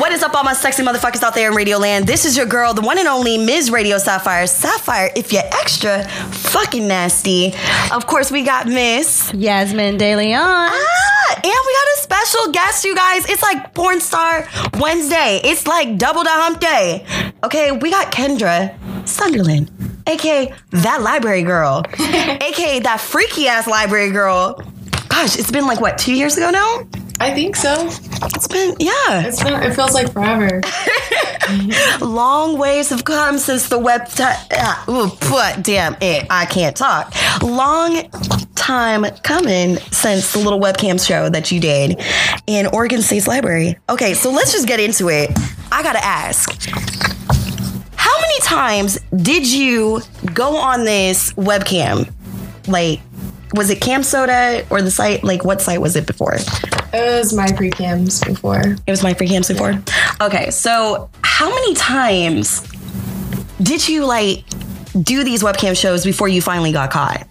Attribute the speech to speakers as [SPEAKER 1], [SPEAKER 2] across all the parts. [SPEAKER 1] What is up, all my sexy motherfuckers out there in Radio Land? This is your girl, the one and only Ms. Radio Sapphire. Sapphire, if you're extra fucking nasty. Of course, we got Miss.
[SPEAKER 2] Yasmin De Leon.
[SPEAKER 1] Ah, and we got a special guest, you guys. It's like Porn Star Wednesday. It's like double the hump day. Okay, we got Kendra Sunderland, aka that library girl, aka that freaky ass library girl. Gosh, it's been like what, two years ago now?
[SPEAKER 3] I think so.
[SPEAKER 1] It's been, yeah.
[SPEAKER 3] It's been, it feels like forever.
[SPEAKER 1] Long ways have come since the web. T- ah, ooh, put, damn it, I can't talk. Long time coming since the little webcam show that you did in Oregon State's Library. Okay, so let's just get into it. I gotta ask. How many times did you go on this webcam? Like, was it Cam Soda or the site? Like, what site was it before?
[SPEAKER 3] It was my pre cams before.
[SPEAKER 1] It was my free camps before. Okay, so how many times did you like do these webcam shows before you finally got caught?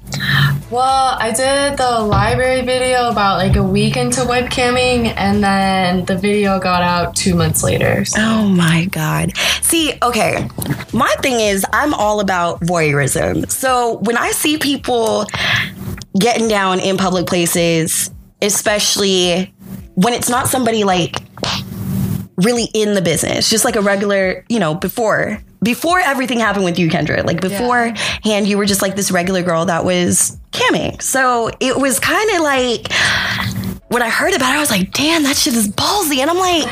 [SPEAKER 3] Well, I did the library video about like a week into webcamming, and then the video got out two months later. So
[SPEAKER 1] Oh my God. See, okay, my thing is I'm all about voyeurism. So when I see people getting down in public places, especially when it's not somebody like really in the business, just like a regular, you know, before before everything happened with you, Kendra, like beforehand, you were just like this regular girl that was camming. So it was kind of like when I heard about it, I was like, damn, that shit is ballsy. And I'm like,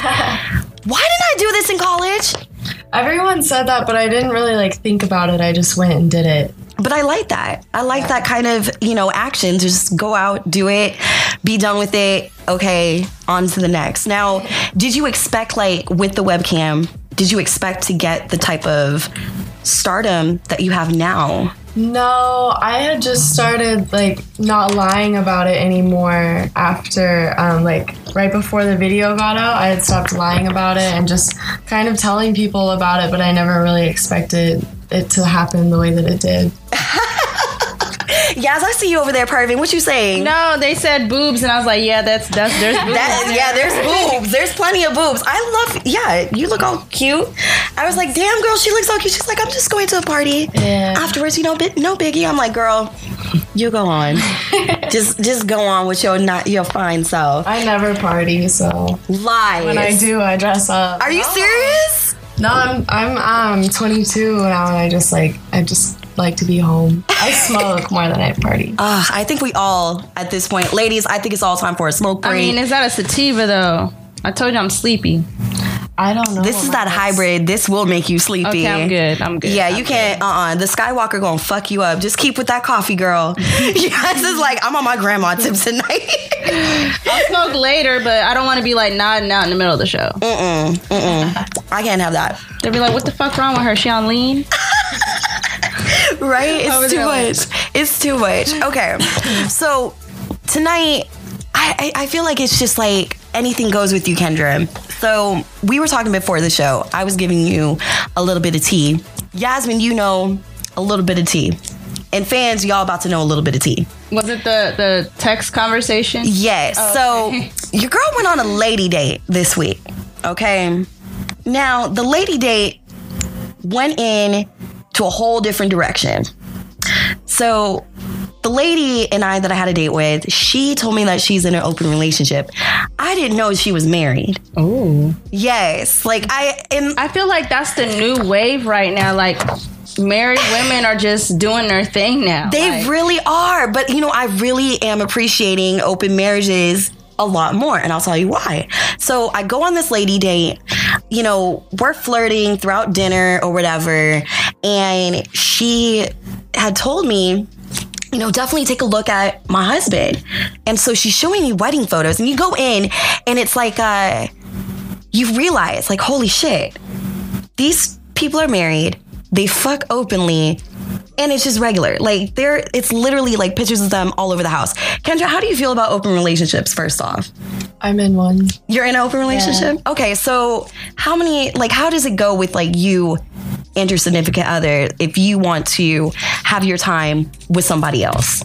[SPEAKER 1] why didn't I do this in college?
[SPEAKER 3] everyone said that, but I didn't really like think about it. I just went and did it.
[SPEAKER 1] But I like that. I like that kind of, you know, action to just go out, do it, be done with it. Okay, on to the next. Now, did you expect, like, with the webcam, did you expect to get the type of stardom that you have now?
[SPEAKER 3] No, I had just started like not lying about it anymore after um, like right before the video got out. I had stopped lying about it and just kind of telling people about it, but I never really expected it to happen the way that it did.
[SPEAKER 1] Yaz, I see you over there, Pervin. What you saying?
[SPEAKER 2] No, they said boobs, and I was like, yeah, that's that's there's boobs.
[SPEAKER 1] That is, yeah, there's boobs. There's plenty of boobs. I love, yeah, you look all cute. I was like, damn, girl, she looks so cute. She's like, I'm just going to a party.
[SPEAKER 3] Yeah.
[SPEAKER 1] Afterwards, you know, bi- no biggie. I'm like, girl, you go on. just, just go on with your not your fine self.
[SPEAKER 3] I never party, so
[SPEAKER 1] Lies.
[SPEAKER 3] when I do, I dress up.
[SPEAKER 1] Are you serious?
[SPEAKER 3] No, I'm I'm um 22 now, and I just like I just like to be home. I smoke more than I party.
[SPEAKER 1] Ugh, I think we all at this point, ladies. I think it's all time for a smoke
[SPEAKER 2] I
[SPEAKER 1] break.
[SPEAKER 2] mean, is that a sativa though? I told you I'm sleepy.
[SPEAKER 3] I don't know.
[SPEAKER 1] this
[SPEAKER 3] what
[SPEAKER 1] is
[SPEAKER 3] my
[SPEAKER 1] that
[SPEAKER 3] lips-
[SPEAKER 1] hybrid. This will make you sleepy.
[SPEAKER 2] oh Okay, I'm good. I'm good.
[SPEAKER 1] Yeah, you can't. Uh, uh The Skywalker gonna fuck you up. Just keep with that coffee, girl. yes, it's like I'm on my grandma tip tonight.
[SPEAKER 2] I'll smoke later, but I don't want to be like nodding out in the middle of the show.
[SPEAKER 1] I can't have that.
[SPEAKER 2] They'll be like, what the fuck wrong with her? She on lean?
[SPEAKER 1] Right?
[SPEAKER 2] Over
[SPEAKER 1] It's too
[SPEAKER 2] there, like-
[SPEAKER 1] much. It's too much. Okay, so tonight, I, I I feel like it's just like anything goes with you, Kendra. So we were talking before the show. I was giving you a little bit of tea, Yasmin. You know a little bit of tea, and fans, y'all about to know a little bit of tea.
[SPEAKER 2] Was it the the text conversation?
[SPEAKER 1] Yes.
[SPEAKER 2] okay.
[SPEAKER 1] So your girl went on a lady date this week. Okay. Now, the lady date went in to a whole different direction. So the lady and I that I had a date with, she told me that she's in an open relationship. I didn't know she was married.
[SPEAKER 2] Oh.
[SPEAKER 1] Yes. Like I and
[SPEAKER 2] I feel like that's the new wave right now. Like married women are just doing their thing now.
[SPEAKER 1] They
[SPEAKER 2] Like,
[SPEAKER 1] really are. But you know, I really am appreciating open marriages a lot more, and I'll tell you why. So I go on this lady date. You know, we're flirting throughout dinner or whatever, and she had told me. You know, definitely take a look at my husband. And so she's showing me wedding photos, and you go in, and it's like, uh, you realize, like, holy shit, these people are married. They fuck openly. And it's just regular. Like there it's literally like pictures of them all over the house. Kendra, how do you feel about open relationships first off?
[SPEAKER 3] I'm in one.
[SPEAKER 1] You're in an open relationship? Okay, so how many like how does it go with like you and your significant other if you want to have your time with somebody else?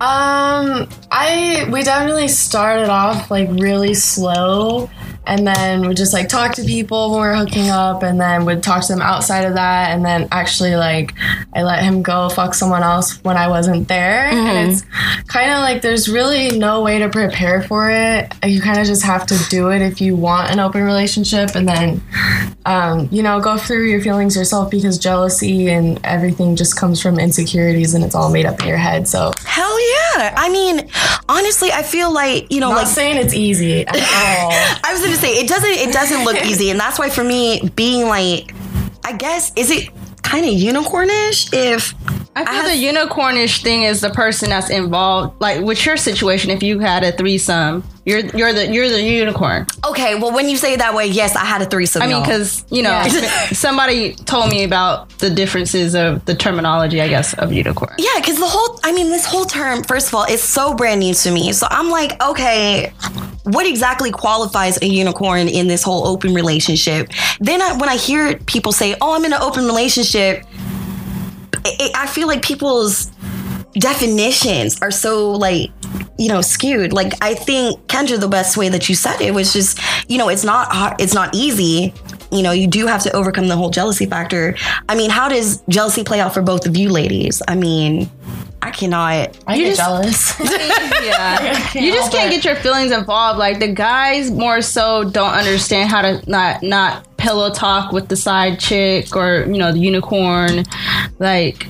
[SPEAKER 3] Um, I we definitely started off like really slow, and then we just like talk to people when we were hooking up, and then would talk to them outside of that, and then actually like I let him go fuck someone else when I wasn't there, and it's kind of like there's really no way to prepare for it. You kind of just have to do it if you want an open relationship, and then um, you know go through your feelings yourself because jealousy and everything just comes from insecurities, and it's all made up in your head, so.
[SPEAKER 1] Hell yeah. I mean, honestly, I feel like, you know,
[SPEAKER 3] Not
[SPEAKER 1] like
[SPEAKER 3] saying it's easy at all.
[SPEAKER 1] I was gonna say it doesn't it doesn't look easy, and that's why for me being like, I guess is it kind of unicornish if
[SPEAKER 2] I feel the unicornish thing is the person that's involved. Like with your situation, if you had a threesome, you're you're the you're the unicorn.
[SPEAKER 1] okay well when you say it that way yes I had a threesome
[SPEAKER 2] I mean,
[SPEAKER 1] y'all.
[SPEAKER 2] because you know,
[SPEAKER 1] Yeah.
[SPEAKER 2] somebody told me about the differences of the terminology, I guess, of unicorn.
[SPEAKER 1] yeah because the whole I mean this whole term first of all is so brand new to me so I'm like okay what exactly qualifies a unicorn in this whole open relationship then I, when I hear people say oh I'm in an open relationship it, it, I feel like people's definitions are so like you know skewed like i think kendra the best way that you said it was just you know it's not hard, it's not easy you know you do have to overcome the whole jealousy factor i mean how does jealousy play out for both of you ladies i mean i cannot
[SPEAKER 3] I
[SPEAKER 2] You
[SPEAKER 3] get
[SPEAKER 2] just-
[SPEAKER 3] jealous.
[SPEAKER 2] yeah. You just can't get your feelings involved. Like the guys more so don't understand how to not not pillow talk with the side chick or, you know, the unicorn. Like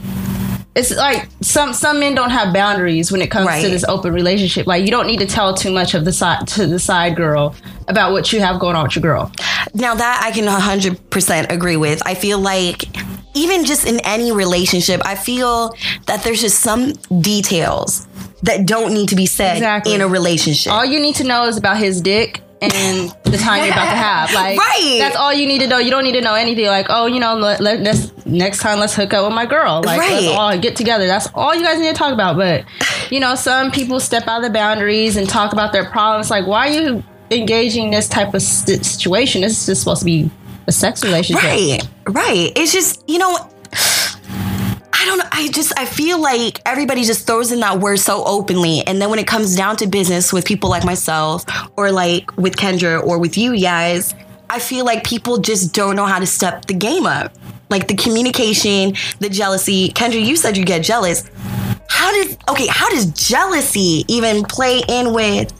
[SPEAKER 2] it's like some some men don't have boundaries when it comes
[SPEAKER 1] Right.
[SPEAKER 2] to this open relationship. Like you don't need to tell too much of the side to the side girl about what you have going on with your girl.
[SPEAKER 1] Now that I can 100% agree with. I feel like even just in any relationship, I feel that there's just some details that don't need to be said
[SPEAKER 2] Exactly.
[SPEAKER 1] in a relationship.
[SPEAKER 2] All you need to know is about his dick and the time you're about to have. Like,
[SPEAKER 1] Right.
[SPEAKER 2] That's all you need to know. You don't need to know anything. Like, oh, you know, let, let, let's next time let's hook up with my girl. Like, let's
[SPEAKER 1] Right.
[SPEAKER 2] all get together. That's all you guys need to talk about. But you know, some people step out of the boundaries and talk about their problems. Like, why are you engaging this type of st- situation? This is just supposed to be a sex relationship.
[SPEAKER 1] Right, right. It's just, you know, I don't know. I just, I feel like everybody just throws in that word so openly. And then when it comes down to business with people like myself or like with Kendra or with you guys, I feel like people just don't know how to step the game up. Like the communication, the jealousy. Kendra, you said you get jealous. How does, okay, how does jealousy even play in with,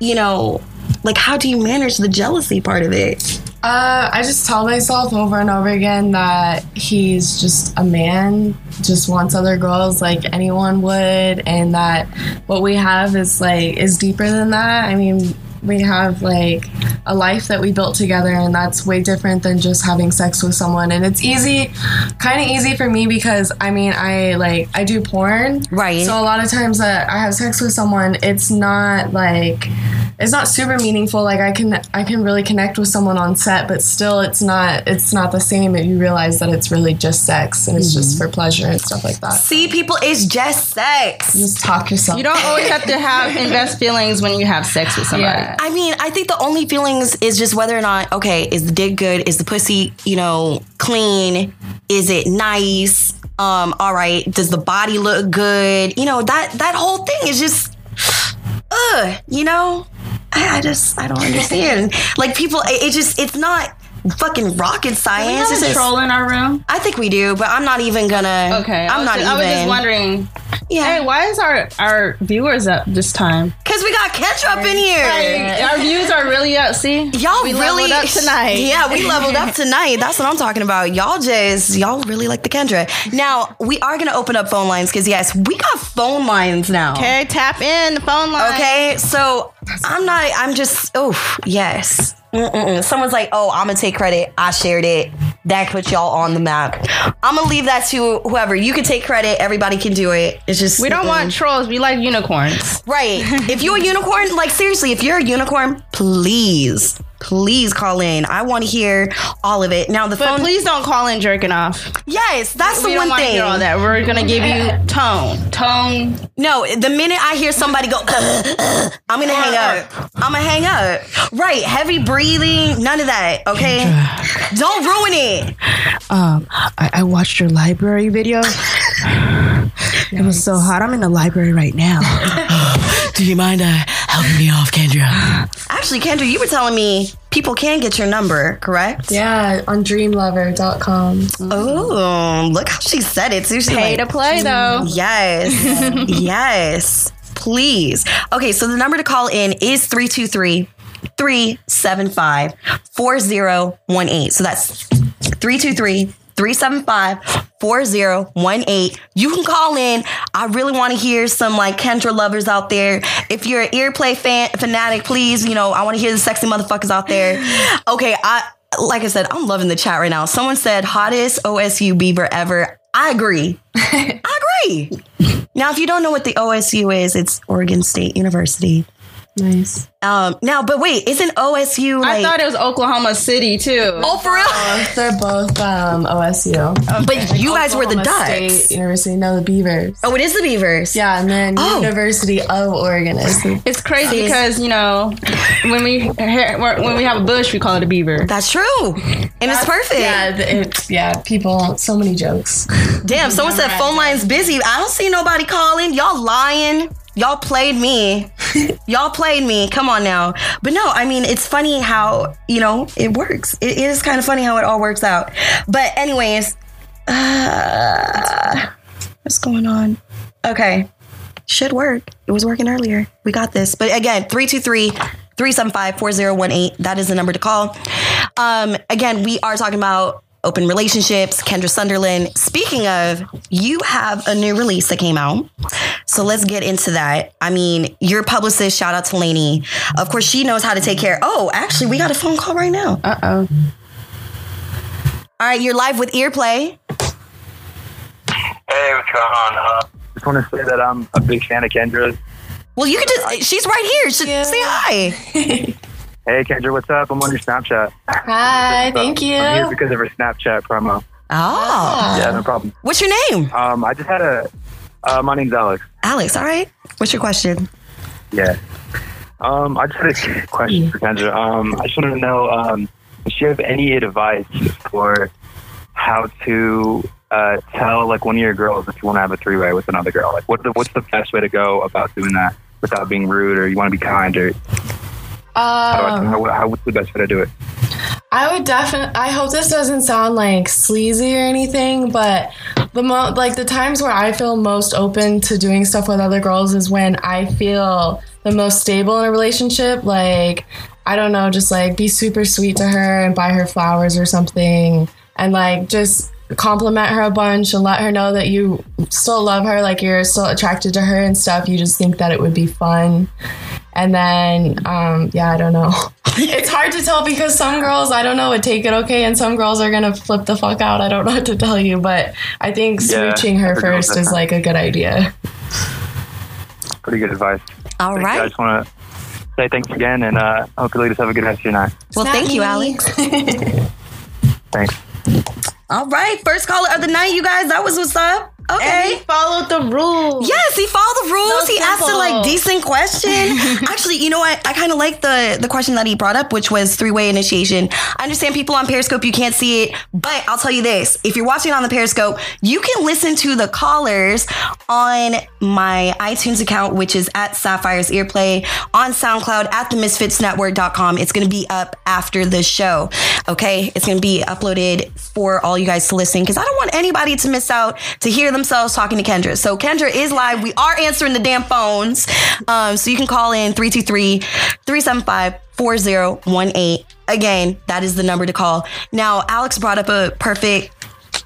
[SPEAKER 1] you know, like how do you manage the jealousy part of it?
[SPEAKER 3] Uh, I just tell myself over and over again that he's just a man, just wants other girls like anyone would, and that what we have is like is deeper than that. I mean, we have like a life that we built together, and that's way different than just having sex with someone. And it's easy, kind of easy for me because I mean, I like I do porn,
[SPEAKER 1] Right.
[SPEAKER 3] So a lot of times that I have sex with someone, it's not like it's not super meaningful. Like I can I can really connect with someone on set, but still it's not it's not the same if you realize that it's really just sex and it's just for pleasure and stuff like that.
[SPEAKER 1] See, people, it's just sex.
[SPEAKER 3] Just talk yourself.
[SPEAKER 2] You don't always have to have invest feelings when you have sex with somebody.
[SPEAKER 3] Yeah.
[SPEAKER 1] I mean, I think the only feelings is just whether or not, okay, is the dick good? Is the pussy, you know, clean? Is it nice? Um, all right, does the body look good? You know, that that whole thing is just ugh, you know? I, I just I don't understand. like people it, it just it's not fucking rocket
[SPEAKER 2] We
[SPEAKER 1] science.
[SPEAKER 2] have
[SPEAKER 1] It's
[SPEAKER 2] a
[SPEAKER 1] just-
[SPEAKER 2] troll in our room.
[SPEAKER 1] I think we do, but I'm not even gonna
[SPEAKER 2] Okay, I
[SPEAKER 1] I'm
[SPEAKER 2] was
[SPEAKER 1] not
[SPEAKER 2] ju-
[SPEAKER 1] even
[SPEAKER 2] I was just wondering. Hey,
[SPEAKER 1] Yeah.
[SPEAKER 2] why is our our viewers up this time?
[SPEAKER 1] Cause we got ketchup in here.
[SPEAKER 2] Our views are really up. See,
[SPEAKER 1] Y'all
[SPEAKER 2] we
[SPEAKER 1] really
[SPEAKER 2] leveled up tonight.
[SPEAKER 1] Yeah, we leveled up tonight. That's what I'm talking about. Y'all just y'all really like the Kendra. Now Oh, we are gonna open up phone lines because yes, we got phone lines now.
[SPEAKER 2] Okay, tap in the phone line.
[SPEAKER 1] Okay, so I'm not. I'm just. Oh yes. Mm-mm-mm. Someone's like, oh, I'm gonna take credit. I shared it. That put y'all on the map. I'm gonna leave that to whoever. You can take credit. Everybody can do it. It's just
[SPEAKER 2] we don't
[SPEAKER 1] mm-mm.
[SPEAKER 2] want trolls. We like unicorns.
[SPEAKER 1] Right. if you're a unicorn, like seriously, if you're a unicorn, please please call in. I want to hear all of it. Now the
[SPEAKER 2] But
[SPEAKER 1] phone.
[SPEAKER 2] please don't call in jerking off.
[SPEAKER 1] yes, that's the
[SPEAKER 2] we don't
[SPEAKER 1] one
[SPEAKER 2] want to
[SPEAKER 1] thing.
[SPEAKER 2] hear all that. We're gonna give you tone, tone.
[SPEAKER 1] No, the minute I hear somebody go, I'm gonna hang up. I'm gonna hang up. Right, heavy breathing, none of that. Okay, don't ruin it.
[SPEAKER 2] Um, I, I watched your library video. It was so hot. I'm in the library right now.
[SPEAKER 4] Do you mind uh, helping me off, Kendra?
[SPEAKER 1] Actually, Kendra, you were telling me people can get your number, correct?
[SPEAKER 3] Yeah, on dreamlover.com.
[SPEAKER 1] Oh, look how she said it too. She's
[SPEAKER 2] Pay
[SPEAKER 1] like,
[SPEAKER 2] to play though.
[SPEAKER 1] Yes. yes. Please. Okay, so the number to call in is 323 375 4018. So that's 323 375 4018. You can call in. I really want to hear some like Kendra lovers out there. If you're an earplay fan fanatic, please, you know, I want to hear the sexy motherfuckers out there. Okay, I like I said, I'm loving the chat right now. Someone said hottest OSU Beaver ever. I agree. I agree. Now, if you don't know what the OSU is, it's Oregon State University.
[SPEAKER 3] Nice.
[SPEAKER 1] Um, now, but wait, isn't OSU
[SPEAKER 2] I
[SPEAKER 1] like?
[SPEAKER 2] thought it was Oklahoma City too.
[SPEAKER 1] oh, for real?
[SPEAKER 3] Uh, they're both um, OSU.
[SPEAKER 1] But you guys were the
[SPEAKER 3] Oklahoma
[SPEAKER 1] Ducks.
[SPEAKER 3] State University, no, the Beavers.
[SPEAKER 1] Oh, it is the Beavers.
[SPEAKER 3] Yeah, and then
[SPEAKER 1] Oh.
[SPEAKER 3] University of Oregon is the
[SPEAKER 2] It's crazy because you know when we when we have a bush, we call it a beaver.
[SPEAKER 1] That's true. And it's perfect.
[SPEAKER 3] Yeah, the, it, yeah, people, so many jokes.
[SPEAKER 1] Damn, someone said phone line's busy. I don't see nobody calling. Y'all lying. Y'all played me. Y'all played me. Come on now. But no, I mean, it's funny how, you know, it works. It is kind of funny how it all works out. But, anyways, uh, what's going on? Okay. Should work. It was working earlier. We got this. But again, 323 375 4018. That is the number to call. Um, again, we are talking about open relationships. Kendra Sunderland. Speaking of, you have a new release that came out. So let's get into that. I mean, your publicist, shout out to Lainey. Of course, she knows how to take care. Oh, actually, we got a phone call right now.
[SPEAKER 2] Uh oh.
[SPEAKER 1] All right, you're live with Earplay.
[SPEAKER 5] Hey, what's going on? Uh, just want to say that I'm a big fan of Kendra's.
[SPEAKER 1] Well, you can just, she's right here. She,
[SPEAKER 3] Yeah.
[SPEAKER 1] Say hi.
[SPEAKER 5] Hey, Kendra, what's up? I'm on your Snapchat.
[SPEAKER 3] Hi, thank
[SPEAKER 5] I'm here
[SPEAKER 3] you.
[SPEAKER 5] because of her Snapchat promo.
[SPEAKER 1] Oh,
[SPEAKER 5] Yeah, no problem.
[SPEAKER 1] what's your name?
[SPEAKER 5] Um, I just had a. Uh, my name's Alex.
[SPEAKER 1] Alex, all right. What's your question?
[SPEAKER 5] Yeah. Um, I just had a question for Kendra. Um, I just wanted to know, um, does she have any advice for how to uh, tell like one of your girls if you want to have a three way with another girl? Like, what the, what's the best way to go about doing that without being rude, or you want to be kind, or how, do I-
[SPEAKER 3] Um,
[SPEAKER 5] how, how, what's the best way to do it?
[SPEAKER 3] I would definitely. I hope this doesn't sound like sleazy or anything, but the mo- like the times where I feel most open to doing stuff with other girls is when I feel the most stable in a relationship. Like I don't know, just like be super sweet to her and buy her flowers or something, and like just compliment her a bunch and let her know that you still love her, like you're still attracted to her and stuff. You just think that it would be fun. And then, um, yeah, I don't know. it's hard to tell because some girls, I don't know, would take it okay, and some girls are gonna flip the fuck out. I don't know what to tell you, but I think
[SPEAKER 5] Yeah,
[SPEAKER 3] smooching
[SPEAKER 5] I
[SPEAKER 3] her
[SPEAKER 5] forgot about
[SPEAKER 3] first
[SPEAKER 5] that.
[SPEAKER 3] is like a good idea.
[SPEAKER 5] pretty good advice.
[SPEAKER 1] All
[SPEAKER 5] Thank you. I
[SPEAKER 1] right.
[SPEAKER 5] just want to say thanks again, and uh, hope you ladies have a good rest of your night.
[SPEAKER 1] Well, thank you,
[SPEAKER 3] Snap me.
[SPEAKER 1] Alex.
[SPEAKER 5] Thanks.
[SPEAKER 1] All right. First caller of the night, you guys. That was what's up.
[SPEAKER 2] And
[SPEAKER 1] Okay.
[SPEAKER 2] he followed the rules.
[SPEAKER 1] Yes, he followed the rules.
[SPEAKER 2] So
[SPEAKER 1] he asked a like
[SPEAKER 2] simple.
[SPEAKER 1] decent question. Actually, you know what? I kind of like the the question that he brought up, which was three way initiation. I understand people on Periscope you can't see it, but I'll tell you this: if you're watching on the Periscope, you can listen to the callers on my iTunes account, which is at Sapphire's Earplay on SoundCloud at the MisfitsNetwork.com. It's going to be up after the show. Okay, it's going to be uploaded for all you guys to listen because I don't want anybody to miss out to hear themselves talking to Kendra. So Kendra is live. We are answering the damn phones. Um, so you can call in 323 375 4018. Again, that is the number to call. Now, Alex brought up a perfect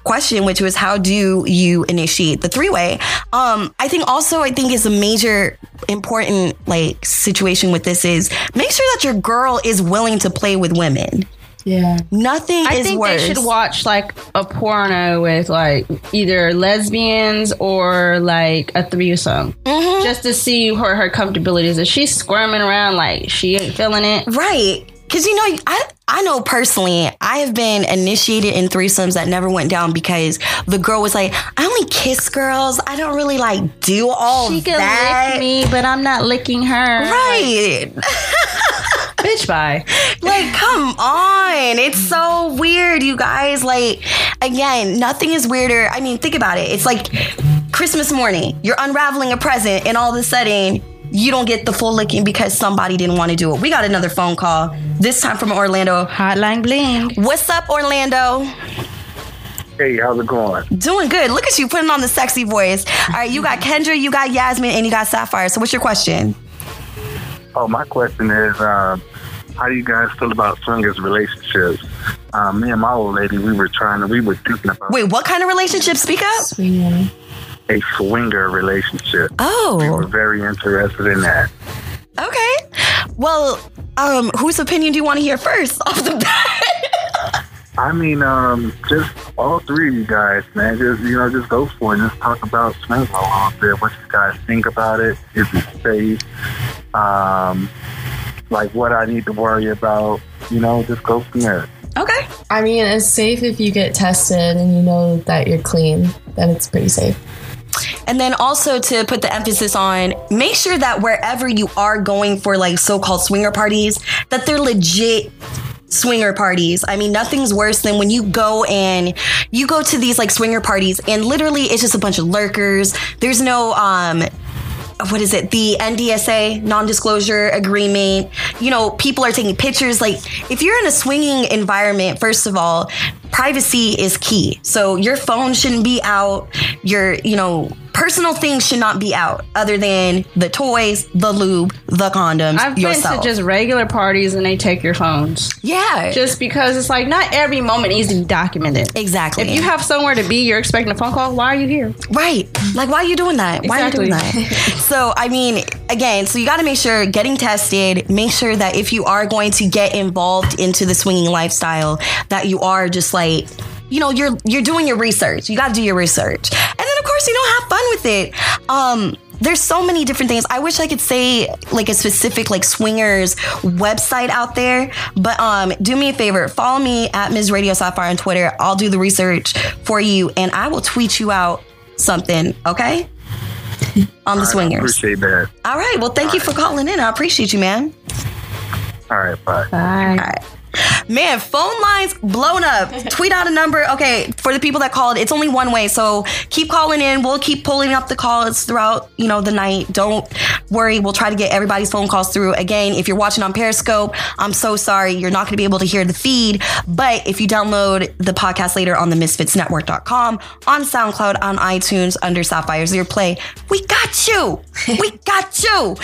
[SPEAKER 1] question which was how do you initiate the three-way um i think also i think is a major important like situation with this is make sure that your girl is willing to play with women
[SPEAKER 3] Yeah.
[SPEAKER 1] nothing
[SPEAKER 2] I
[SPEAKER 1] is
[SPEAKER 2] think
[SPEAKER 1] worse
[SPEAKER 2] they should watch like a porno with like either lesbians or like a threesome,
[SPEAKER 1] Mm-hmm.
[SPEAKER 2] just to see where her comfortability is. If she's squirming around like she ain't feeling it,
[SPEAKER 1] right Because you know, I I know personally, I have been initiated in threesomes that never went down because the girl was like, I only kiss girls. I don't really like do all
[SPEAKER 2] She can
[SPEAKER 1] Oh, that.
[SPEAKER 2] lick me, but I'm not licking her.
[SPEAKER 1] Right.
[SPEAKER 2] Bitch, bye.
[SPEAKER 1] Like, come on. It's so weird, you guys. Like, again, nothing is weirder. I mean, think about it. It's like Christmas morning. You're unraveling a present, and all of a sudden, you don't get the full licking because somebody didn't want to do it. We got another phone call, this time from Orlando.
[SPEAKER 2] Hotline bling.
[SPEAKER 1] What's up, Orlando?
[SPEAKER 5] Hey, how's it going?
[SPEAKER 1] Doing good. Look at you putting on the sexy voice. All right, you got Kendra, you got Yasmin, and you got Sapphire. So, what's your question?
[SPEAKER 5] Oh, my question is, um, how do you guys feel about swingers relationships? Um, me and my old lady, we were trying to, we were thinking about
[SPEAKER 1] Wait, what kind of relationship? Speak up.
[SPEAKER 3] Swinging.
[SPEAKER 5] a swinger relationship. We
[SPEAKER 1] Oh.
[SPEAKER 5] were very interested in that.
[SPEAKER 1] Okay. Well, um, whose opinion do you want to hear first off the bat?
[SPEAKER 5] I mean, um, just all three of you guys, man. Just you know, just go for it. Just talk about swing a little bit. What you guys think about it? Is it safe? Um, like what I need to worry about? You know, just go from there.
[SPEAKER 1] okay.
[SPEAKER 3] I mean, it's safe if you get tested and you know that you're clean. Then it's pretty safe.
[SPEAKER 1] And then also to put the emphasis on make sure that wherever you are going for like so-called swinger parties, that they're legit swinger parties. I mean, nothing's worse than when you go and you go to these like swinger parties and literally it's just a bunch of lurkers. There's no um what is it? The NDSA, non-disclosure agreement. You know, people are taking pictures. Like, if you're in a swinging environment, first of all, privacy is key. So your phone shouldn't be out. Your, you know, personal things should not be out, other than the toys, the lube, the condoms.
[SPEAKER 2] I've been
[SPEAKER 1] yourself.
[SPEAKER 2] to just regular parties and they take your phones.
[SPEAKER 1] yeah,
[SPEAKER 2] Just because it's like not every moment needs to be documented.
[SPEAKER 1] exactly.
[SPEAKER 2] If you have somewhere to be, you're expecting a phone call. Why are you here?
[SPEAKER 1] Right. Like, why are you doing that? Why are you doing
[SPEAKER 2] Exactly.
[SPEAKER 1] that? so, I mean, again, so you got to make sure getting tested, make sure that if you are going to get involved into the swinging lifestyle, that you are just like, you know, you're you're doing your research. You got to do your research, and then of course, you know, have fun with it. Um, there's so many different things. I wish I could say like a specific like swingers website out there, but um, do me a favor, follow me at Ms. Radio Sapphire on Twitter. I'll do the research for you, and I will tweet you out something, okay? On the
[SPEAKER 5] I
[SPEAKER 1] swingers.
[SPEAKER 5] appreciate that.
[SPEAKER 1] All right. Well, thank you for calling in. I appreciate you, man.
[SPEAKER 5] All right, bye.
[SPEAKER 2] Bye.
[SPEAKER 1] Man, phone lines blown up. Tweet out a number. Okay, for the people that called, it's only one way. So keep calling in. We'll keep pulling up the calls throughout, you know, the night. Don't worry. We'll try to get everybody's phone calls through. Again, if you're watching on Periscope, I'm so sorry. You're not going to be able to hear the feed. But if you download the podcast later on the misfitsnetwork.com, on SoundCloud, on iTunes, under Sapphire Zero Play, we got you. We got you.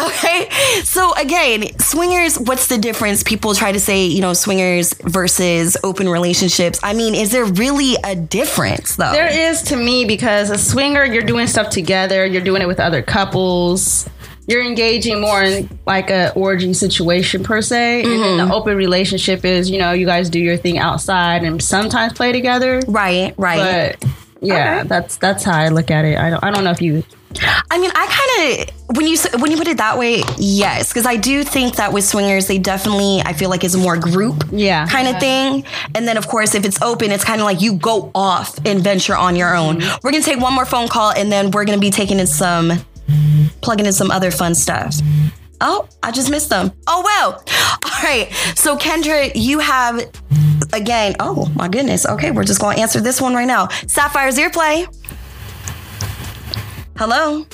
[SPEAKER 1] Okay. So again, swingers, what's the difference? People try to say, you know, swingers versus open relationships. I mean, is there really a difference though?
[SPEAKER 2] There is to me because a swinger, you're doing stuff together, you're doing it with other couples. You're engaging more in like a orgy situation per se. And then the open relationship is, you know, you guys do your thing outside and sometimes play together.
[SPEAKER 1] right, right.
[SPEAKER 2] But yeah, that's that's how I look at it. I don't I don't know if you
[SPEAKER 1] I mean, I kind of when you s- when you put it that way, yes, because I do think that with swingers, they definitely I feel like is more group,
[SPEAKER 2] Yeah.
[SPEAKER 1] kind of thing. And then of course, if it's open, it's kind of like you go off and venture on your own. We're gonna take one more phone call, and then we're gonna be taking in some plugging in some other fun stuff. Oh, I just missed them. Oh well. All right. So Kendra, you have again. Oh my goodness. Okay, we're just gonna answer this one right now. Sapphire's ear play. Hello.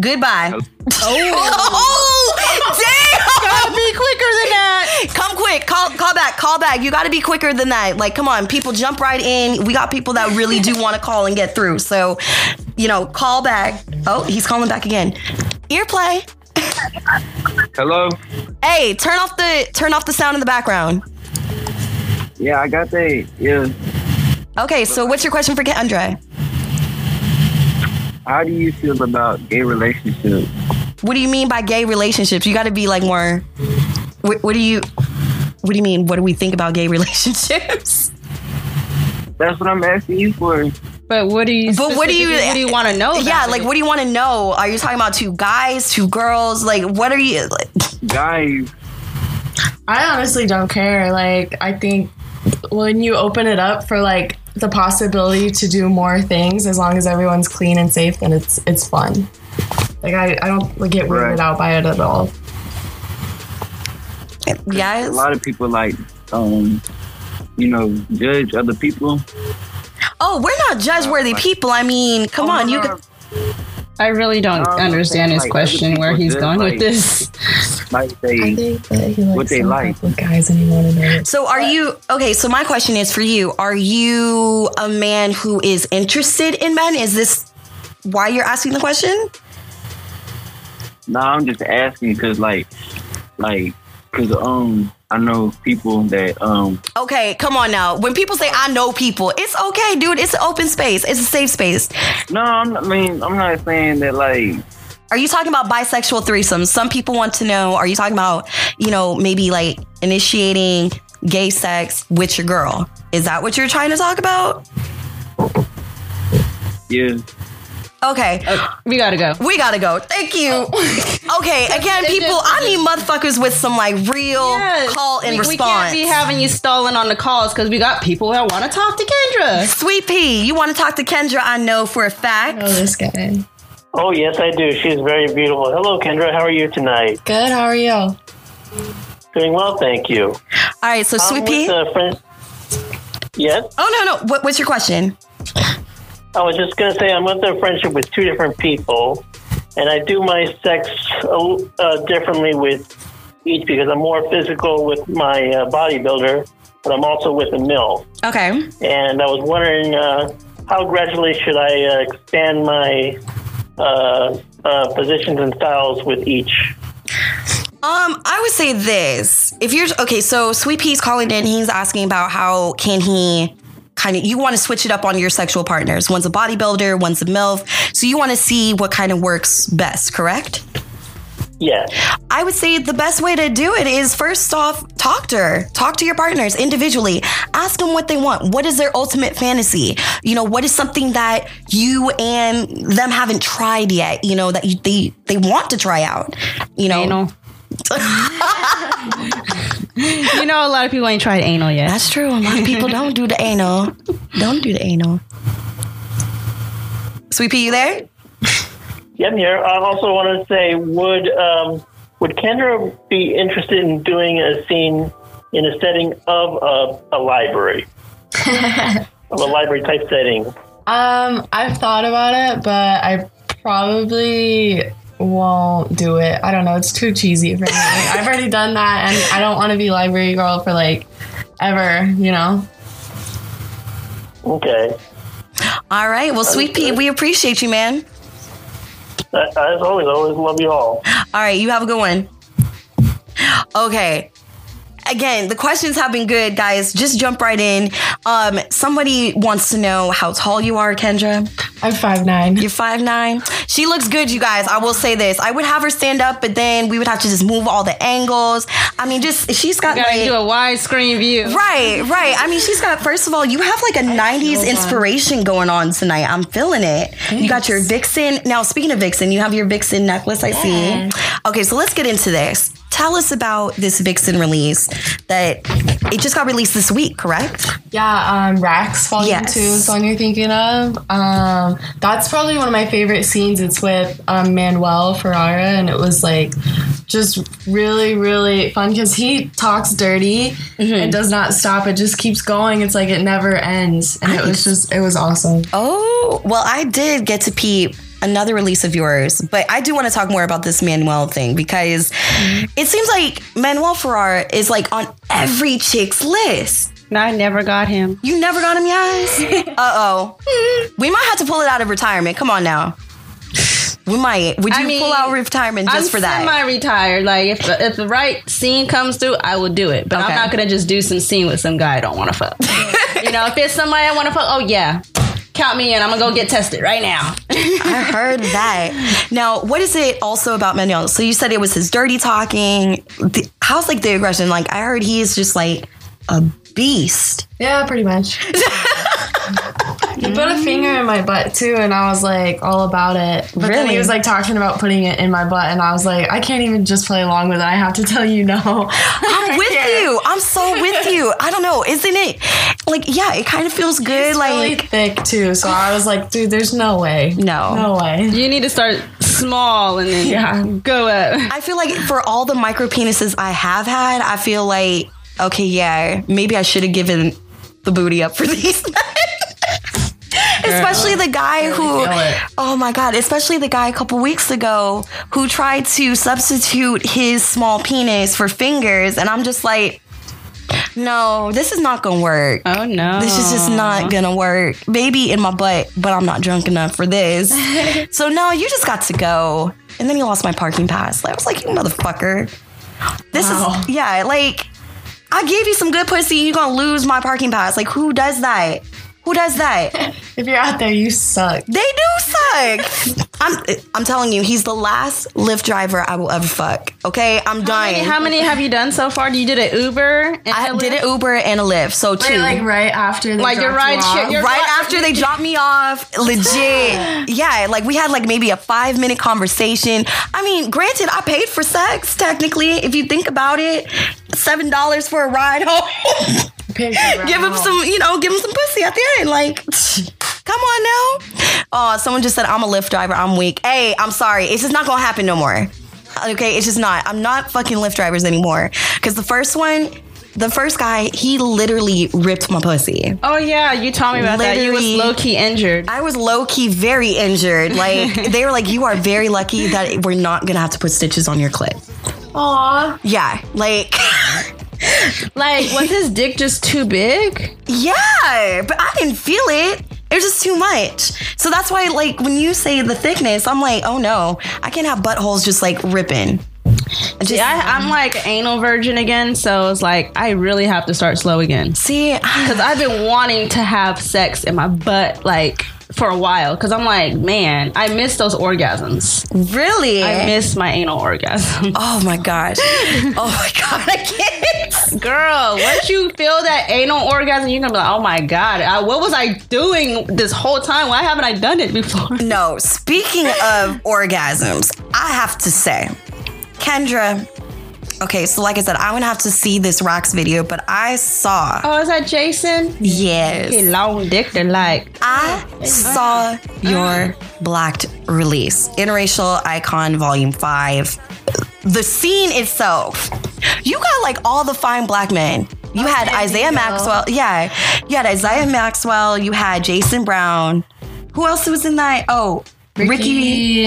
[SPEAKER 1] Goodbye. Oh, damn! Gotta be quicker than that. Come quick. Call call back. Call back. You gotta be quicker than that. Like, come on, people jump right in. We got people that really do want to call and get through. So, you know, call back. Oh, he's calling back again. Ear play.
[SPEAKER 5] Hello.
[SPEAKER 1] Hey, turn off the turn off the sound in the background.
[SPEAKER 5] Yeah, I got that. Yeah.
[SPEAKER 1] Okay, so what's your question for Kendra?
[SPEAKER 5] How do you feel about gay relationships?
[SPEAKER 1] What do you mean by gay relationships? You gotta be like more. What, what do you? What do you mean? What do we think about gay relationships?
[SPEAKER 5] That's what I'm asking you for.
[SPEAKER 2] but what do you
[SPEAKER 1] But what do you-
[SPEAKER 2] specifically, what do you want to know? about
[SPEAKER 1] yeah,
[SPEAKER 2] it?
[SPEAKER 1] like what do you want to know? Are you talking about two guys, two girls? Like what are you? Like,
[SPEAKER 5] Guys,
[SPEAKER 3] I honestly don't care. Like, I think when you open it up for like the possibility to do more things, as long as everyone's clean and safe, then it's it's fun. Like, I, I don't like, get weirded
[SPEAKER 6] Right.
[SPEAKER 3] out by it at all.
[SPEAKER 7] Yes.
[SPEAKER 5] a lot of people like um you know judge other people
[SPEAKER 7] Oh, we're not judge worthy people. I mean, come on, you. Could,
[SPEAKER 2] I really don't
[SPEAKER 5] Um,
[SPEAKER 2] understand his
[SPEAKER 5] like,
[SPEAKER 2] question
[SPEAKER 5] other
[SPEAKER 2] where
[SPEAKER 5] people
[SPEAKER 2] he's
[SPEAKER 5] did,
[SPEAKER 2] going with
[SPEAKER 5] like-
[SPEAKER 2] this.
[SPEAKER 5] like they
[SPEAKER 3] think that he likes
[SPEAKER 5] What they some like.
[SPEAKER 3] with guys and you want to know.
[SPEAKER 7] so are you okay? So my question is for you: Are you a man who is interested in men? Is this why you're asking the question?
[SPEAKER 5] no i'm just asking because like like because um i know people that um
[SPEAKER 7] Okay, come on now. When people say I know people, it's okay, dude. It's an open space. It's a safe space.
[SPEAKER 5] no I'm, not- i mean i'm not saying that like
[SPEAKER 7] Are you talking about bisexual threesomes? Some people want to know. Are you talking about you know maybe like initiating gay sex with your girl? Is that what you're trying to talk about?
[SPEAKER 5] yeah
[SPEAKER 7] Okay.
[SPEAKER 3] uh,
[SPEAKER 2] We gotta go.
[SPEAKER 7] We gotta go. Thank you. okay, again,
[SPEAKER 2] Oh. It
[SPEAKER 7] people,
[SPEAKER 2] just-
[SPEAKER 7] I need motherfuckers with some like real call and
[SPEAKER 2] we,
[SPEAKER 7] response.
[SPEAKER 2] We can't be having you stalling on the calls because we got people that want to talk to Kendra.
[SPEAKER 7] Sweet Pea, you want to talk to Kendra? I know for a fact.
[SPEAKER 3] Oh, this guy.
[SPEAKER 8] Oh, yes, I do. She's very beautiful. Hello, Kendra. How are you tonight?
[SPEAKER 3] Good. How are you?
[SPEAKER 8] Doing well, thank you.
[SPEAKER 7] All right, so
[SPEAKER 8] I'm
[SPEAKER 7] Sweet
[SPEAKER 8] with
[SPEAKER 7] Pea.
[SPEAKER 8] a friend. Yes,
[SPEAKER 7] oh no, no. What, what's your question?
[SPEAKER 8] I was just going to say I'm with a friendship with two different people, and I do my sex uh, uh, differently with each because I'm more physical with my uh, bodybuilder, but I'm also with a mill.
[SPEAKER 7] Okay.
[SPEAKER 8] and I was wondering uh, how gradually should I uh, expand my uh, uh, positions and styles with each.
[SPEAKER 7] Um, I would say this. If you're okay, so Sweet Pea's calling in, he's asking about how can he kind of you want to switch it up on your sexual partners. One's a bodybuilder, one's a MILF. So you want to see what kind of works best, correct?
[SPEAKER 8] Yes.
[SPEAKER 7] I would say the best way to do it is first off, talk to her. Talk to your partners individually. Ask them what they want. What is their ultimate fantasy? You know, what is something that you and them haven't tried yet? You know, that you, they they want to try out. You know,
[SPEAKER 2] Anal. you know, a lot of people ain't tried anal yet.
[SPEAKER 7] that's true. A lot of people don't do the anal. Don't do the anal. Sweet Pea, you there?
[SPEAKER 8] Yeah, I'm here. I also want to say, would um, would Kendra be interested in doing a scene in a setting of a, a library, of a library type setting?
[SPEAKER 3] Um, I've thought about it, but I probably won't do it. I don't know. It's too cheesy for me. Like, I've already done that, and I don't want to be library girl for like ever. You know.
[SPEAKER 8] Okay.
[SPEAKER 7] All right. Well, Sweet Pea, we appreciate you, man.
[SPEAKER 8] Uh, As always, I always love you all.
[SPEAKER 7] All right, you have a good one. Okay. Again, the questions have been good, guys. Just jump right in. Um, somebody wants to know how tall you are, Kendra.
[SPEAKER 3] I'm five nine.
[SPEAKER 7] You're five nine. She looks good, you guys. I will say this. I would have her stand up, but then we would have to just move all the angles. I mean, just she's got
[SPEAKER 2] You gotta
[SPEAKER 7] like
[SPEAKER 2] do a widescreen view.
[SPEAKER 7] Right, right. I mean, she's got, first of all, you have like a 90s inspiration going on tonight. I'm feeling it. You got your Vixen. Now, speaking of Vixen, you have your Vixen necklace, I see. Okay, so let's get into this. Tell us about this Vixen release that it just got released this week, correct?
[SPEAKER 3] Yeah, um, Rax Volume
[SPEAKER 7] Yes.
[SPEAKER 3] 2 is the one you're thinking of. Um, that's probably one of my favorite scenes. It's with um, Manuel Ferrara, and it was like just really, really fun because he talks dirty
[SPEAKER 7] Mm-hmm.
[SPEAKER 3] and does not stop. It just keeps going. It's like it never ends. And it was just, it was awesome.
[SPEAKER 7] Oh, well, I did get to peep another release of yours, but I do want to talk more about this Manuel thing because
[SPEAKER 2] Mm-hmm.
[SPEAKER 7] it seems like Manuel Ferrar is like on every chick's list.
[SPEAKER 2] And I never got him.
[SPEAKER 7] You never got him, yes? uh oh.
[SPEAKER 2] Mm-hmm.
[SPEAKER 7] We might have to pull it out of retirement. Come on now. We might. Would you
[SPEAKER 2] I mean,
[SPEAKER 7] pull out retirement just
[SPEAKER 2] I'm
[SPEAKER 7] for that?
[SPEAKER 2] semi-retired. Like if the, if the right scene comes through, I will do it. But
[SPEAKER 7] Okay.
[SPEAKER 2] I'm not gonna just do some scene with some guy I don't want to fuck. you know, if it's somebody I want to fuck, oh yeah, count me in. I'm gonna go get tested right now.
[SPEAKER 7] I heard that. Now, what is it also about Manuel? So you said it was his dirty talking. The, how's like the aggression? Like I heard he is just like a beast.
[SPEAKER 3] Yeah, pretty much. put a finger in my butt too, and I was like all about it. But then
[SPEAKER 2] Really?
[SPEAKER 3] he was like talking about putting it in my butt, and I was like, I can't even just play along with it. I have to tell you no.
[SPEAKER 1] I'm with you. I'm so with you. I don't know, isn't it? Like, yeah, it kind of feels good.
[SPEAKER 3] It's
[SPEAKER 1] like,
[SPEAKER 3] really thick too, so I was like, dude, there's no way.
[SPEAKER 1] No.
[SPEAKER 3] No way.
[SPEAKER 2] You need to start small and then
[SPEAKER 3] Yeah.
[SPEAKER 2] go up.
[SPEAKER 1] I feel like for all the micro penises I have had, I feel like okay, yeah, maybe I should have given the booty up for these. men. especially the guy who
[SPEAKER 3] feel it.
[SPEAKER 1] oh my god especially the guy a couple weeks ago who tried to substitute his small penis for fingers and i'm just like no this is not gonna work
[SPEAKER 2] Oh no.
[SPEAKER 1] this is just not gonna work. Maybe in my butt, but I'm not drunk enough for this. so no, you just got to go. And then he lost my parking pass. Like, I was like, you motherfucker. This
[SPEAKER 3] Wow.
[SPEAKER 1] is yeah, like I gave you some good pussy and you're gonna lose my parking pass. Like who does that? Who does that?
[SPEAKER 3] If you're out there, you suck.
[SPEAKER 1] they do suck. I'm I'm telling you, he's the last Lyft driver I will ever fuck. Okay? I'm dying.
[SPEAKER 2] How many have you done so far? You did an Uber. And
[SPEAKER 1] I did an Uber and a Lyft, so two.
[SPEAKER 3] Wait, like right after, they
[SPEAKER 2] Like, your
[SPEAKER 3] dropped you
[SPEAKER 2] ride
[SPEAKER 3] off?
[SPEAKER 2] shit- your-
[SPEAKER 1] right
[SPEAKER 2] Right.
[SPEAKER 1] after they dropped me off, legit. Yeah, like we had like maybe a five minute conversation. I mean, granted, I paid for sex technically. If you think about it, seven dollars for a ride home.
[SPEAKER 3] Pick your ride
[SPEAKER 1] give him
[SPEAKER 3] home.
[SPEAKER 1] some, you know, give him some pussy at the end. Like, come on now. Oh, someone just said I'm a Lyft driver. I'm weak. Hey, I'm sorry. It's just not gonna happen no more. Okay, it's just not. I'm not fucking Lyft drivers anymore. Cause the first one. The first guy, he literally ripped my pussy.
[SPEAKER 2] Oh yeah, you told me about that. You was
[SPEAKER 1] Literally-
[SPEAKER 2] low key injured.
[SPEAKER 1] I was low key very injured. Like they were like, you are very lucky that we're not gonna have to put stitches on your clip.
[SPEAKER 3] Aw,
[SPEAKER 1] Yeah, like
[SPEAKER 2] Like, was his dick just too big?
[SPEAKER 1] yeah, but I didn't feel it. It was just too much. So that's why, like, when you say the thickness, I'm like, oh no, I can't have buttholes just like ripping.
[SPEAKER 2] See, I, I'm like an anal virgin again, so it's like I really have to start slow again.
[SPEAKER 1] See,
[SPEAKER 2] Cause I've been wanting to have sex in my butt like for a while. Cause I'm like, man, I miss those orgasms.
[SPEAKER 1] really?
[SPEAKER 2] I miss my anal orgasm.
[SPEAKER 1] oh my god. Oh my god, I can't.
[SPEAKER 2] Girl, once you feel that anal orgasm, you're gonna be like, oh my god, I, what was I doing this whole time? Why haven't I done it before?
[SPEAKER 1] No, speaking of orgasms, I have to say, Kendra. Okay, so like I said, I'm gonna have to see this rocks video, but I saw.
[SPEAKER 2] Oh, is that Jason? He
[SPEAKER 1] Yes,
[SPEAKER 2] long dick. They're like,
[SPEAKER 1] I saw your blacked release, interracial icon, volume five. The scene itself, you got like all the fine black men. Oh, You had Isaiah Maxwell, yeah. You had Isaiah Maxwell. You had Jason Brown. Who else was in that? Oh, Ricky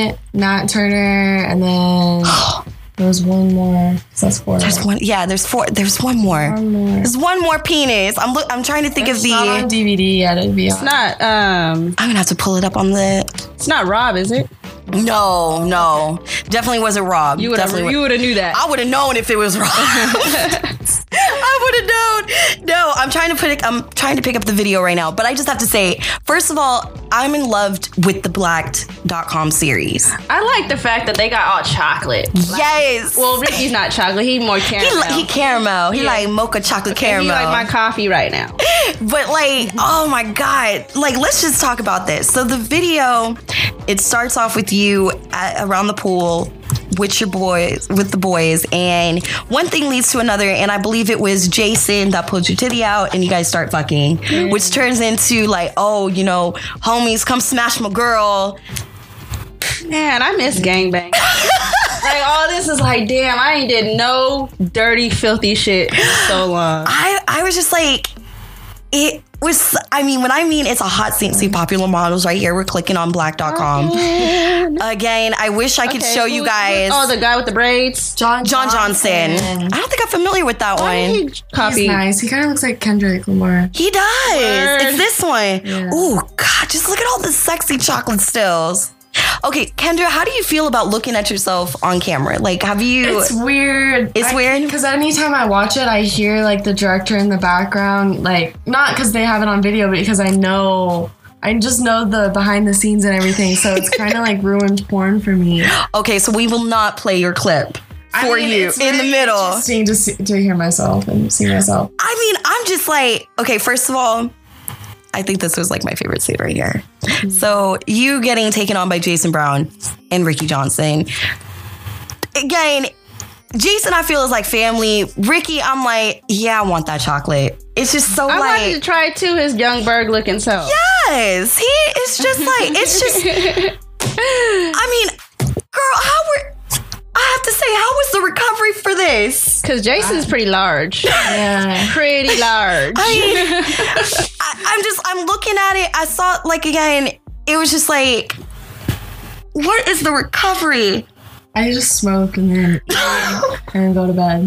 [SPEAKER 3] Ricky, Nat Turner, and then there was one more. So that's four.
[SPEAKER 1] There's one. Yeah, there's four. There's one more. There's one more penis. I'm look. I'm trying to think of
[SPEAKER 3] It's
[SPEAKER 1] the.
[SPEAKER 3] not on DVD yet. It'd be on.
[SPEAKER 2] not um,
[SPEAKER 1] I'm gonna have to pull it up on the.
[SPEAKER 2] it's not Rob, is it?
[SPEAKER 1] No, no, definitely wasn't Rob.
[SPEAKER 2] You would have,
[SPEAKER 1] definitely. wa-
[SPEAKER 2] you would have knew that.
[SPEAKER 1] I would have known if it was Rob. I would have known. No, I'm trying to put. it- I'm trying to pick up the video right now, but I just have to say, first of all, I'm in love with the Blacked.com series.
[SPEAKER 2] I like the fact that they got all chocolate.
[SPEAKER 1] yes.
[SPEAKER 2] Well, Ricky's not chocolate. He more
[SPEAKER 1] he,
[SPEAKER 2] caramel.
[SPEAKER 1] li- he caramel. He like mocha chocolate caramel.
[SPEAKER 2] He like my coffee right now.
[SPEAKER 1] But like,
[SPEAKER 2] Mm-hmm.
[SPEAKER 1] oh my god! Like, let's just talk about this. So the video, it starts off with you at, around the pool with your boys, with the boys, and one thing leads to another. And I believe it was Jason that pulled your titty out, and you guys start fucking,
[SPEAKER 2] Mm.
[SPEAKER 1] which turns into like, oh, you know, homies, come smash my girl.
[SPEAKER 2] Man, I miss gangbang. like all this is like, damn, I ain't did no dirty, filthy shit in so long.
[SPEAKER 1] I I was just like, it was. I mean, when I mean it's a hot scene, see popular models right here. We're clicking on
[SPEAKER 2] Oh,
[SPEAKER 1] black.com. Again, I wish I could show you guys.
[SPEAKER 2] Oh, the guy with the braids.
[SPEAKER 3] John
[SPEAKER 1] John Johnson. I don't think I'm familiar with that one.
[SPEAKER 2] He
[SPEAKER 3] He's
[SPEAKER 2] Copy.
[SPEAKER 3] nice. He kind of looks like Kendrick Lamar.
[SPEAKER 1] He does. It's this one.
[SPEAKER 3] Yeah.
[SPEAKER 1] Oh God, just look at all the sexy chocolate stills. Okay, Kendra, how do you feel about looking at yourself on camera? Like, have you?
[SPEAKER 3] It's weird.
[SPEAKER 1] It's weird?
[SPEAKER 3] because anytime I watch it, I hear like the director in the background, like not because they have it on video, but because I know. I just know the behind the scenes and everything, so it's kind of like ruined porn for me.
[SPEAKER 1] okay, so we will not play your clip
[SPEAKER 3] I
[SPEAKER 1] for
[SPEAKER 3] mean,
[SPEAKER 1] you
[SPEAKER 3] it's
[SPEAKER 1] in the
[SPEAKER 3] really
[SPEAKER 1] middle.
[SPEAKER 3] Interesting to see, to hear myself and see myself.
[SPEAKER 1] I mean, I'm just like, okay, first of all, I think this was like my favorite scene right here.
[SPEAKER 3] Mm-hmm.
[SPEAKER 1] So you getting taken on by Jason Brown and Ricky Johnson. Again, Jason, I feel is like family. Ricky, I'm like, yeah, I want that chocolate. It's just so
[SPEAKER 2] I
[SPEAKER 1] like
[SPEAKER 2] wanted to try too his young bird looking self.
[SPEAKER 1] Yes, he is just like it's just. I mean, girl, how were I have to say how was the recovery for this?
[SPEAKER 2] Cause Jason's pretty large,
[SPEAKER 3] Yeah.
[SPEAKER 2] pretty large.
[SPEAKER 1] I, I I'm just I'm looking at it. I saw like again. It was just like, what is the recovery?
[SPEAKER 3] I just smoke and then and go to bed.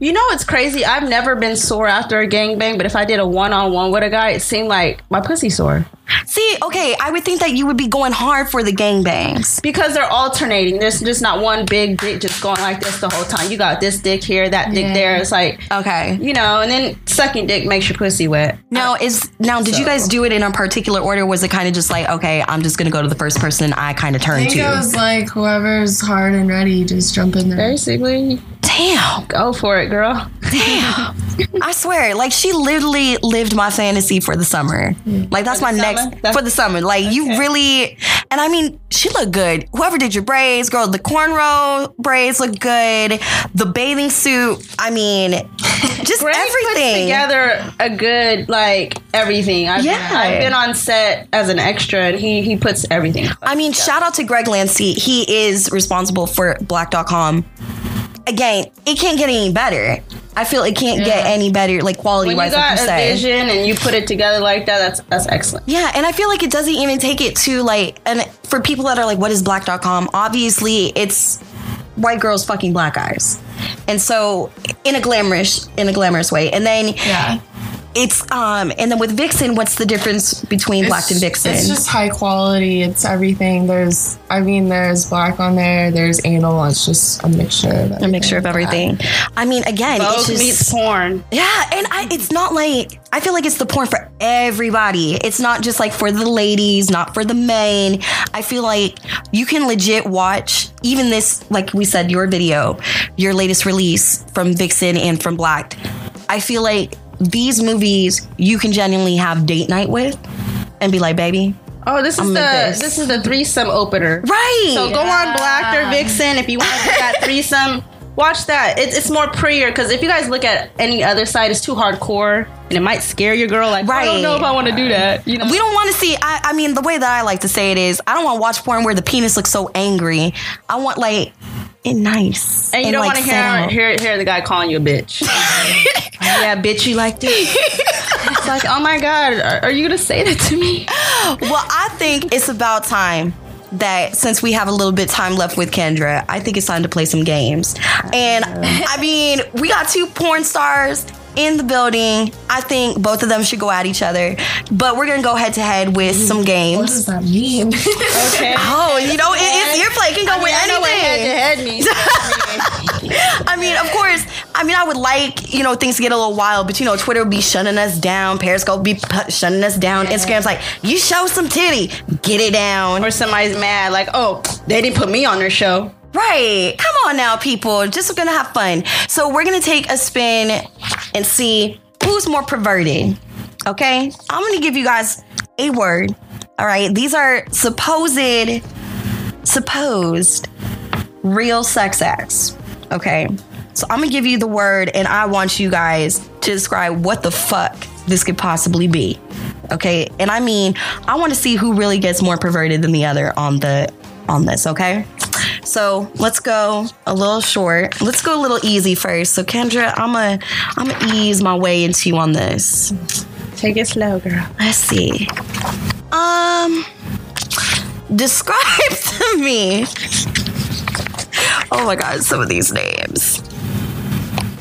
[SPEAKER 2] You know what's crazy? I've never been sore after a gangbang, but if I did a one on one with a guy, it seemed like my pussy sore
[SPEAKER 1] See, okay, I would think that you would be going hard for the gangbangs.
[SPEAKER 2] because they're alternating. There's just not one big dick just going like this the whole time. You got this dick here, that dick
[SPEAKER 3] Yeah.
[SPEAKER 2] there. It's like
[SPEAKER 1] Okay.
[SPEAKER 2] you know, and then sucking dick makes your pussy wet.
[SPEAKER 1] Now is now did you guys do it in a particular order? Was it kind of just like, okay, I'm just gonna go to the first person I kind of
[SPEAKER 3] I
[SPEAKER 1] turn
[SPEAKER 3] think it
[SPEAKER 1] to?
[SPEAKER 3] was like whoever's hard and ready, just jump in there.
[SPEAKER 2] Basically,
[SPEAKER 1] Damn.
[SPEAKER 2] go for it, girl.
[SPEAKER 1] I swear, like she literally lived my fantasy for the summer. Like that's my
[SPEAKER 2] Mm. the
[SPEAKER 1] next
[SPEAKER 2] summer? That's-
[SPEAKER 1] for the summer. Like you really, and I mean, she looked good. Whoever did your braids, girl, the cornrow braids look good. The bathing suit, I mean, just
[SPEAKER 2] Greg puts
[SPEAKER 1] everything.
[SPEAKER 2] together a good like everything. I've,
[SPEAKER 1] Yeah.
[SPEAKER 2] I've been on set as an extra, and he he puts everything.
[SPEAKER 1] I mean, shout out to Greg Lancey. He is responsible for Black.com. Again, it can't get any better. I feel it can't get any better, like quality
[SPEAKER 2] when you
[SPEAKER 1] wise, like
[SPEAKER 2] got
[SPEAKER 1] you
[SPEAKER 2] a
[SPEAKER 1] said.
[SPEAKER 2] vision and you put it together like that, that's that's excellent.
[SPEAKER 1] Yeah, and I feel like it doesn't even take it to like, and for people that are like, what is black.com? Obviously, it's white girls fucking black guys. And so in a glamorous in a glamorous way. And then
[SPEAKER 3] Yeah.
[SPEAKER 1] it's um and then with Vixen, what's the difference between black and
[SPEAKER 3] It's-
[SPEAKER 1] Vixen?
[SPEAKER 3] It's just high quality. It's everything. There's, I mean, there's black on there. There's anal. It's just a mixture of everything.
[SPEAKER 1] a mixture of everything. I mean, again,
[SPEAKER 2] Vogue
[SPEAKER 1] it's just
[SPEAKER 2] meets porn.
[SPEAKER 1] yeah, and I it's not like I feel like it's the porn for everybody. It's not just like for the ladies, not for the men. I feel like you can legit watch even this, like we said, your video, your latest release from Vixen and from Black. I feel like these movies you can genuinely have date night with and be like, baby,
[SPEAKER 2] Oh, this is
[SPEAKER 1] I'm
[SPEAKER 2] the
[SPEAKER 1] with
[SPEAKER 2] this.
[SPEAKER 1] this.
[SPEAKER 2] is the threesome opener.
[SPEAKER 1] right?
[SPEAKER 2] So go on Black or Vixen if you want to do that threesome. Watch that. It's it's more prettier because if you guys look at any other side, it's too hardcore and it might scare your girl. Like I
[SPEAKER 1] Right.
[SPEAKER 2] don't know if I want to do that. You know.
[SPEAKER 1] We don't want to see. I, I mean, the way that I like to say it is, I don't want to watch porn where the penis looks so angry. I want like it nice,
[SPEAKER 2] and you don't
[SPEAKER 1] like,
[SPEAKER 2] want to
[SPEAKER 1] set
[SPEAKER 2] hear,
[SPEAKER 1] out.
[SPEAKER 2] hear hear the guy calling you a bitch. yeah, bitch, you like this. it's like, oh my god, are, are you gonna say that to me?
[SPEAKER 1] Well, I think it's about time that since we have a little bit time left with Kendra, I think it's time to play some games. And I mean, we got two porn stars in the building. I think both of them should go at each other, but we're gonna go head to head with some
[SPEAKER 3] What
[SPEAKER 1] games.
[SPEAKER 3] does that mean?
[SPEAKER 2] Okay.
[SPEAKER 1] Oh, you know, it, it's your play. It can go with
[SPEAKER 2] I know what head
[SPEAKER 1] anything.
[SPEAKER 2] to head means.
[SPEAKER 1] I mean, of course. I mean, I would like you know things to get a little wild, but you know, Twitter would be shutting us down. Periscope be pu- shutting us down. Instagram's like, you show some titty, get it down.
[SPEAKER 2] or somebody's mad, like, oh, they didn't put me on their show.
[SPEAKER 1] Right? Come on now, people. Just we're gonna have fun. So we're gonna take a spin and see who's more perverted. Okay, I'm gonna give you guys a word. All right, these are supposed, supposed real sex acts. Okay. So I'm gonna give you the word and I want you guys to describe what the fuck this could possibly be. Okay. And I mean, I wanna see who really gets more perverted than the other on the on this, okay? So let's go a little short. Let's go a little easy first. So Kendra, I'ma I'ma ease my way into you on this.
[SPEAKER 2] Take it slow, girl.
[SPEAKER 1] Let's see. Um, describe to me. Oh my God, some of these names.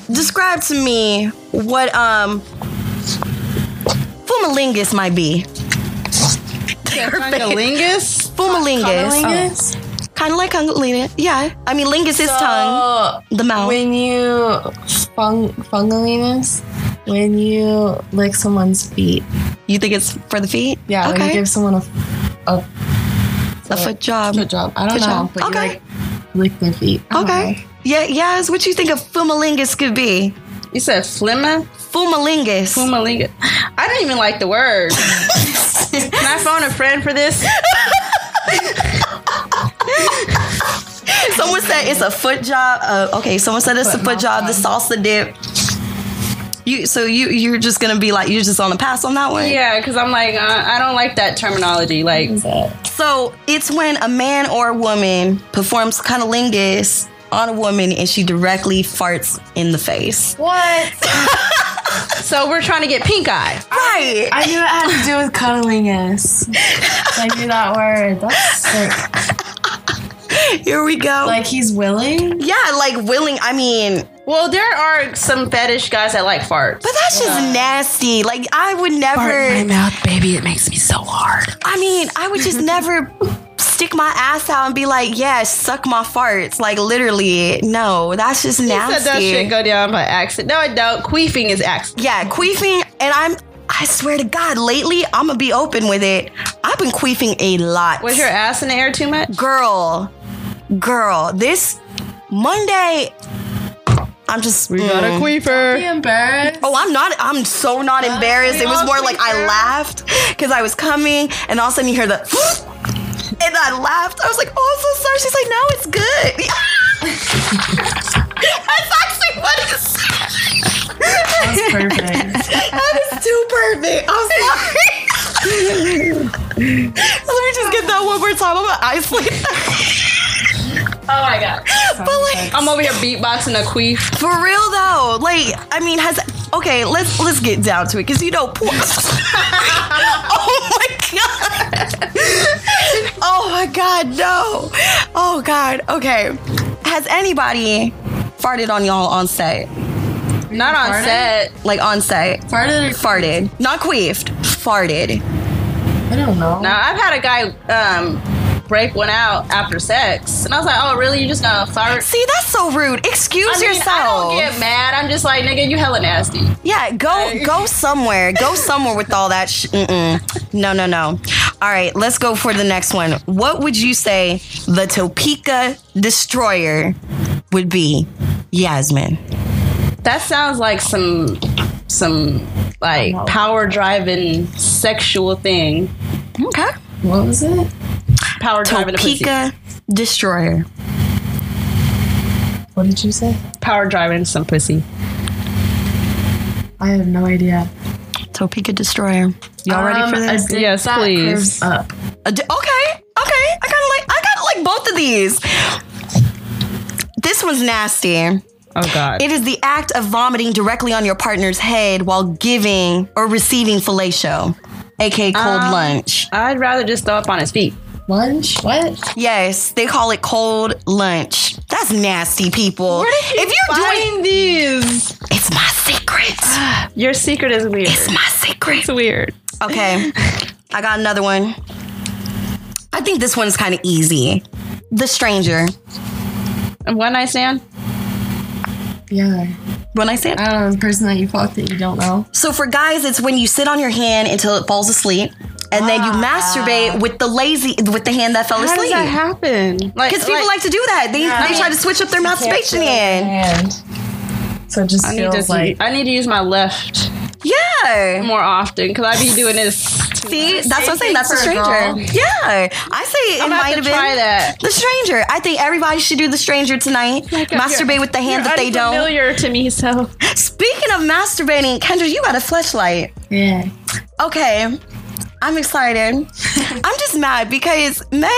[SPEAKER 1] Describe to me what um, fumalingus might be.
[SPEAKER 2] Lingus.
[SPEAKER 1] Fumalingus, kind of like cunnilingus. Yeah, I mean lingus is tongue,
[SPEAKER 3] Oh,
[SPEAKER 1] the mouth.
[SPEAKER 3] when you fung- fungaliness, when you lick someone's feet.
[SPEAKER 1] You think it's for the feet?
[SPEAKER 3] Yeah, when you
[SPEAKER 1] okay.
[SPEAKER 3] give someone a, a
[SPEAKER 1] A foot job.
[SPEAKER 3] foot job. I don't
[SPEAKER 1] Foot
[SPEAKER 3] know,
[SPEAKER 1] job.
[SPEAKER 3] but you
[SPEAKER 1] Okay.
[SPEAKER 3] like lick their feet. I don't
[SPEAKER 1] Okay. Yeah, yes. What you think a fumalingus could be?
[SPEAKER 2] You said flimma?
[SPEAKER 1] Fumalingus.
[SPEAKER 2] Fumalingus. I don't even like the word. Can I phone a friend for this?
[SPEAKER 1] Someone said it's a foot job. Uh, okay, someone said it's a foot job. The salsa dip. You so you you're just gonna be like you're just on the pass on that one.
[SPEAKER 2] Yeah, because I'm like, uh, I don't like that terminology. Like,
[SPEAKER 1] So it's when a man or a woman performs cunnilingus on a woman and she directly farts in the face.
[SPEAKER 3] What?
[SPEAKER 2] so we're trying to get pink eye.
[SPEAKER 1] Right.
[SPEAKER 3] I knew it had to do with cuddling us. I knew that word. That's sick.
[SPEAKER 1] Here we go.
[SPEAKER 3] Like he's willing.
[SPEAKER 1] yeah, like willing. I mean,
[SPEAKER 2] Well, there are some fetish guys that like farts.
[SPEAKER 1] but that's just nasty. Like I would
[SPEAKER 4] My
[SPEAKER 1] never.
[SPEAKER 4] mouth, baby, it makes me so hard.
[SPEAKER 1] I mean, I would just never stick my ass out and be like, "Yeah, suck my farts." Like literally, no. That's just
[SPEAKER 2] I
[SPEAKER 1] nasty.
[SPEAKER 2] said that shit go down by accident. No, I don't. Queefing is accident.
[SPEAKER 1] Yeah, queefing, and I'm. I swear to God, lately I'm gonna be open with it. I've been queefing a lot.
[SPEAKER 2] Was your ass in the air too much?
[SPEAKER 1] girl, girl? This Monday, I'm just.
[SPEAKER 2] Not a
[SPEAKER 1] mm.
[SPEAKER 2] queefer.
[SPEAKER 3] Be embarrassed.
[SPEAKER 1] Oh, I'm not. I'm so not embarrassed.
[SPEAKER 3] we
[SPEAKER 1] It was
[SPEAKER 3] all
[SPEAKER 1] more like I
[SPEAKER 3] queefer.
[SPEAKER 1] laughed because I was coming, and all of a sudden you hear the, and I laughed. I was like, "Oh, I'm so sorry." She's like, "No, it's good." That's actually what it said.
[SPEAKER 3] That's perfect.
[SPEAKER 1] That is too perfect. I'm sorry. Let me just get that one more time. I'm gonna isolate.
[SPEAKER 2] Oh my god.
[SPEAKER 1] but like
[SPEAKER 2] I'm over here beatboxing a queef.
[SPEAKER 1] for real though, like I mean, has okay? Let's let's get down to it because you know. Por- oh my god. Oh my god. No. Oh god. Okay. Has anybody farted on y'all on set?
[SPEAKER 2] Not on
[SPEAKER 3] farting?
[SPEAKER 2] set.
[SPEAKER 1] Like on set?
[SPEAKER 3] Farted or
[SPEAKER 1] Farted. Not queefed. Farted.
[SPEAKER 3] I don't know.
[SPEAKER 2] No, I've had a guy um, break one out after sex, and I was like, "Oh, really? You just gonna fart?"
[SPEAKER 1] See, that's so rude.
[SPEAKER 2] I
[SPEAKER 1] Excuse
[SPEAKER 2] mean,
[SPEAKER 1] yourself.
[SPEAKER 2] I don't get mad. I'm just like, "Nigga, you hella nasty."
[SPEAKER 1] Yeah, go go somewhere. Go somewhere with all that. Sh- mm-mm. No, no, no. All right, let's go for the next one. What would you say the Topeka destroyer would be, Yasmin?
[SPEAKER 2] That sounds like some some like power driving sexual thing.
[SPEAKER 1] Okay,
[SPEAKER 3] What was it?
[SPEAKER 2] Power driving a pussy.
[SPEAKER 1] Topeka destroyer.
[SPEAKER 3] What did you say?
[SPEAKER 2] Power driving some pussy.
[SPEAKER 3] I have no idea.
[SPEAKER 1] Topeka destroyer. Y'all ready
[SPEAKER 3] Um,
[SPEAKER 1] for
[SPEAKER 3] a
[SPEAKER 1] this?
[SPEAKER 3] dick
[SPEAKER 2] Yes,
[SPEAKER 3] that
[SPEAKER 2] please.
[SPEAKER 3] curves up.
[SPEAKER 1] A di- okay, okay. I kind of like I kind of like both of these. This one's nasty.
[SPEAKER 2] Oh god.
[SPEAKER 1] It is the act of vomiting directly on your partner's head while giving or receiving fellatio, aka
[SPEAKER 2] Ah.
[SPEAKER 1] cold lunch.
[SPEAKER 2] I'd rather just throw up on his feet.
[SPEAKER 3] Lunch? What?
[SPEAKER 1] Yes, they call it cold lunch. That's nasty, people. if you're doing,
[SPEAKER 2] these,
[SPEAKER 1] it's my secret.
[SPEAKER 2] your secret is weird.
[SPEAKER 1] It's my secret.
[SPEAKER 2] It's weird.
[SPEAKER 1] Okay, I got another one. I think this one's kind of easy. The stranger.
[SPEAKER 2] And one night stand.
[SPEAKER 3] Yeah.
[SPEAKER 1] When I say it.
[SPEAKER 3] I don't know. The person that you fucked that you don't know.
[SPEAKER 1] So for guys, it's when you sit on your hand until it falls asleep, and then you masturbate with the lazy with the hand that fell
[SPEAKER 2] Ah. How
[SPEAKER 1] asleep.
[SPEAKER 2] does that happen? Like,
[SPEAKER 1] Because people like to do that. They, they try to switch up their masturbation hand.
[SPEAKER 3] And so it just
[SPEAKER 2] I need
[SPEAKER 3] feels
[SPEAKER 2] to
[SPEAKER 3] like
[SPEAKER 2] I need to use my left
[SPEAKER 1] Yeah.
[SPEAKER 2] more often because I be doing this.
[SPEAKER 1] See, that's what I'm saying. That's a
[SPEAKER 3] for a
[SPEAKER 1] stranger.
[SPEAKER 3] girl.
[SPEAKER 1] Yeah. I say it
[SPEAKER 2] I'm
[SPEAKER 1] might
[SPEAKER 2] about to
[SPEAKER 1] have been.
[SPEAKER 2] try that.
[SPEAKER 1] The stranger. I think everybody should do the stranger tonight. Masturbate with the hand that they don't.
[SPEAKER 2] Familiar to me, so
[SPEAKER 1] Speaking of masturbating, Kendra, you got a fleshlight.
[SPEAKER 3] yeah.
[SPEAKER 1] Okay. I'm excited. I'm just mad because men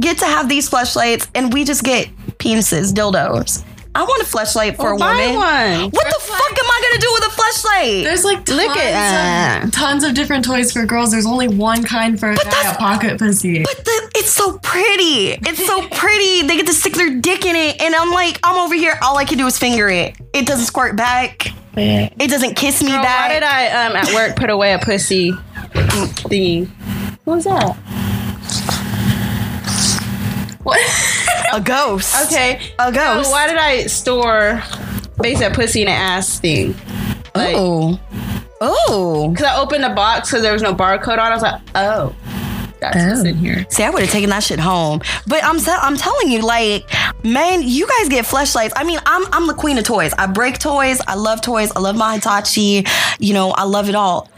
[SPEAKER 1] get to have these fleshlights and we just get penises, dildos. I want a fleshlight for a
[SPEAKER 2] buy
[SPEAKER 1] woman.
[SPEAKER 2] one.
[SPEAKER 1] What the fuck am I gonna do with a fleshlight?
[SPEAKER 3] There's like tons,
[SPEAKER 2] Look at-
[SPEAKER 3] of, tons of different toys for girls. There's only one kind for a guy,
[SPEAKER 1] that's-
[SPEAKER 3] a pocket pussy.
[SPEAKER 1] But the, it's so pretty. It's so pretty. They get to stick their dick in it, and I'm like, I'm over here. All I can do is finger it. It doesn't squirt back. It doesn't kiss me
[SPEAKER 2] Why did
[SPEAKER 1] back.
[SPEAKER 2] I um at work put away a pussy thingy? What was that?
[SPEAKER 1] A ghost.
[SPEAKER 2] Okay.
[SPEAKER 1] A ghost.
[SPEAKER 2] So why did I store base that pussy and ass thing? Like,
[SPEAKER 1] oh. Oh.
[SPEAKER 2] Cause I opened the box because there was no barcode on. it. I was like, oh, that's
[SPEAKER 1] Oh.
[SPEAKER 2] what's in here.
[SPEAKER 1] See, I would have taken that shit home. But I'm te- I'm telling you, like, man, you guys get fleshlights. I mean, I'm I'm the queen of toys. I break toys. I love toys. I love my Hitachi. You know, I love it all.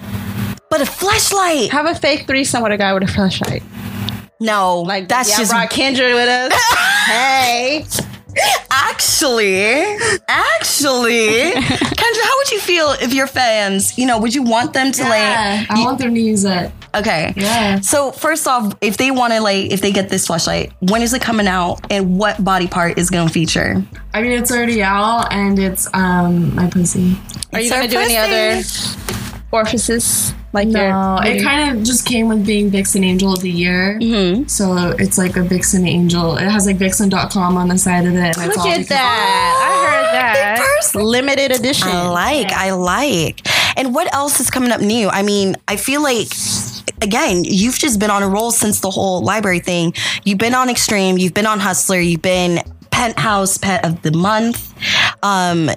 [SPEAKER 1] But with a flashlight.
[SPEAKER 2] Have a fake threesome with a guy with a flashlight.
[SPEAKER 1] No,
[SPEAKER 2] Like
[SPEAKER 1] that's just
[SPEAKER 2] brought Kendra with us. hey,
[SPEAKER 1] actually, actually, Kendra. How would you feel if your fans, you know, would you want them to
[SPEAKER 3] Yeah, I want them to use it.
[SPEAKER 1] like? Okay,
[SPEAKER 3] Yeah.
[SPEAKER 1] So first off, if they want to like, if they get this flashlight, when is it coming out, and what body part is going to feature?
[SPEAKER 3] I mean, it's already out, and it's um my pussy.
[SPEAKER 2] are you
[SPEAKER 1] It's our
[SPEAKER 2] gonna do any other orifices? Like
[SPEAKER 3] No,
[SPEAKER 2] your,
[SPEAKER 3] it kind of just came with being Vixen Angel of the Year.
[SPEAKER 2] Mm-hmm.
[SPEAKER 1] Mhm.
[SPEAKER 3] So it's like a Vixen Angel. It has like vixen.com on the side of it. and it's
[SPEAKER 2] Look
[SPEAKER 3] all
[SPEAKER 2] at
[SPEAKER 3] because-
[SPEAKER 2] that! I heard that. Limited edition.
[SPEAKER 1] I like, I like. And what else is coming up new? I mean, I feel like again, you've just been on a roll since the whole library thing. You've been on Extreme, you've been on Hustler, you've been Penthouse Pet of the Month. Um